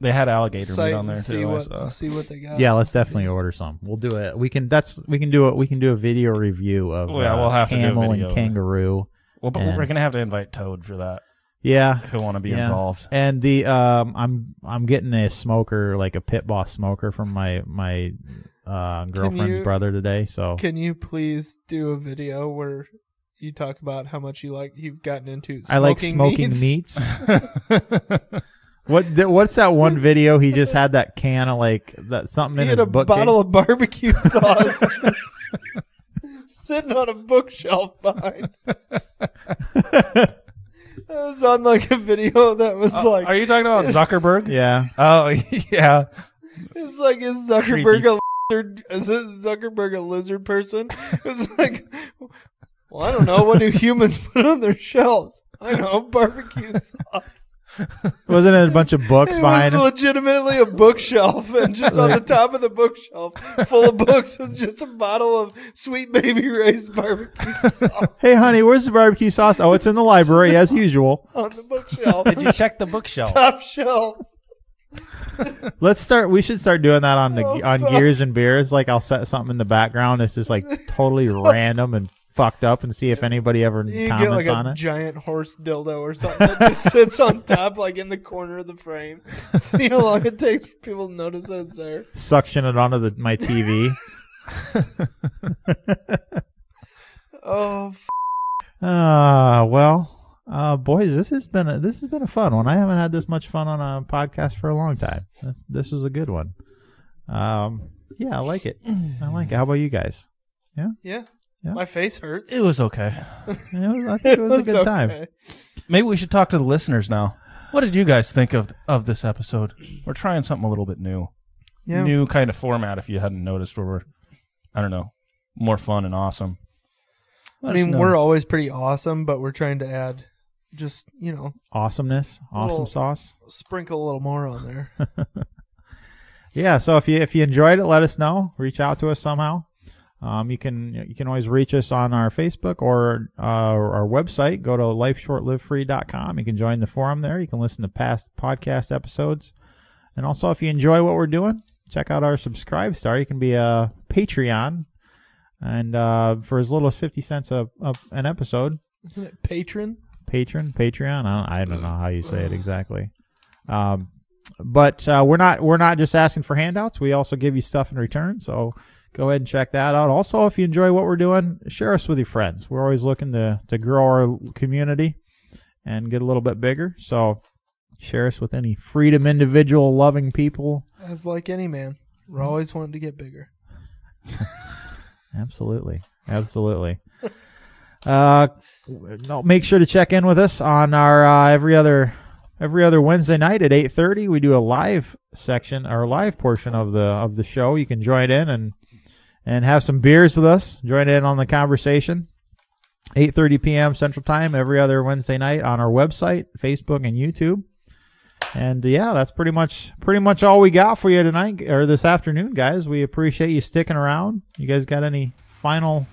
B: they had alligator meat
D: site
B: on there
D: and see
B: too. I
D: what
B: saw.
D: see what they got.
C: Yeah, let's definitely order some. We'll do it. We can. That's we can do it. We can do a video review of
B: Yeah,
C: uh,
B: we'll have to do a
C: camel
B: video.
C: and kangaroo.
B: Well, but
C: And-
B: we're gonna have to invite Toad for that.
C: Yeah,
B: He'll want to be
C: Yeah.
B: involved.
C: and the um, I'm I'm getting a smoker like a pit boss smoker from my my uh, girlfriend's
D: you-
C: brother today. So
D: Can you please do a video where you talk about how much you like you've gotten into? Smoking
C: I like smoking
D: meats?
C: meats. What th- what's that one video? He just had that can of like that something
D: He
C: in
D: had
C: his
D: a
C: book.
D: bottle of barbecue sauce just sitting on a bookshelf behind.
B: Uh,
D: I was on like a video that was
C: Uh,
D: like
B: Are you talking about Zuckerberg?
C: yeah,
B: oh yeah.
D: It's like is Zuckerberg a lizard? Is it Zuckerberg a lizard person? It's like, well, I don't know. What do humans put on their shelves? I know barbecue sauce.
C: wasn't it a bunch of books
D: it
C: behind
D: was
C: him?
D: legitimately a bookshelf, and just on the top of the bookshelf, full of books, was just a bottle of Sweet Baby Ray's barbecue sauce
C: Hey, honey, where's the barbecue sauce? Oh, it's in the library as usual.
D: on the bookshelf,
B: Did you check the bookshelf?
D: top shelf.
C: Let's start. We should start doing that on the
D: Oh,
C: on
D: fuck.
C: gears and beers. Like I'll set something in the background. It's just like totally random and fucked up, and see if anybody ever
D: You get
C: comments
D: like a
C: on it.
D: giant horse dildo or something that just sits on top, like in the corner of the frame. See how long it takes for people to notice that it's there.
C: Suction it onto the, my TV.
D: Oh, f- Oh,
C: Ah, well, uh, boys, this has been a, this has been a fun one. I haven't had this much fun on a podcast for a long time. That's, this was a good one. Um, yeah, I like it. I like it. How about you guys?
D: Yeah.
C: Yeah.
D: My face hurts.
B: It was okay.
C: You know, I think it was a
D: It's
C: good time.
D: okay.
B: Maybe we should talk to the listeners now. What did you guys think of of this episode? We're trying something a little bit new,
D: Yeah.
B: new kind of format. If you hadn't noticed, where we're, I don't know, more fun and awesome. Let
D: I
B: us
D: mean,
B: know.
D: we're always pretty awesome, but we're trying to add just, you know,
C: Awesomeness, awesome
D: Well-
C: sauce.
D: sprinkle a little more on there.
C: yeah so if you if you enjoyed it let us know reach out to us somehow um, you can you can always reach us on our facebook or uh, our website go to lifeshortlivefree.com you can join the forum there you can listen to past podcast episodes and also if you enjoy what we're doing check out our subscribe star you can be a patreon and uh, for as little as 50 cents a, a, an episode
D: Isn't it patron?
C: patron patreon I don't, I don't know how you say it exactly um, but uh, we're not we're not just asking for handouts we also give you stuff in return so go ahead and check that out also if you enjoy what we're doing share us with your friends we're always looking to to grow our community and get a little bit bigger so share us with any freedom individual loving people
D: As like any man,
C: Mm-hmm.
D: we're always wanting to get bigger.
C: Absolutely. Absolutely. uh, no, make sure to check in with us on our uh, every other every other Wednesday night at 8:30 we do a live section or live portion of the of the show. You can join in and and have some beers with us. Join in on the conversation. 8:30 p.m. Central Time every other Wednesday night on our website, Facebook and YouTube. And yeah, that's pretty much pretty much all we got for you tonight or this afternoon, guys. We appreciate you sticking around. You guys got any final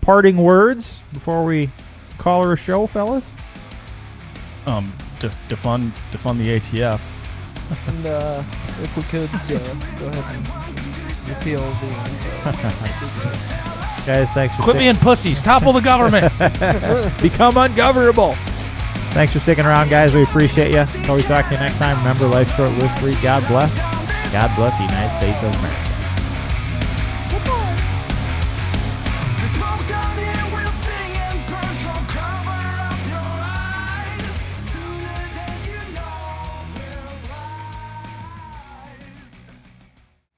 C: parting words before we call her a show, fellas?
B: um de- defund defund the ATF.
D: And uh, if we could, uh, go ahead and repeal the.
C: Guys, thanks for
B: Quit
C: sticking-
B: being pussies. Topple the government.
C: become ungovernable. Thanks for sticking around, guys. We appreciate you. Until we talk to you next time, remember life short, live free. God bless. God bless the United States of America.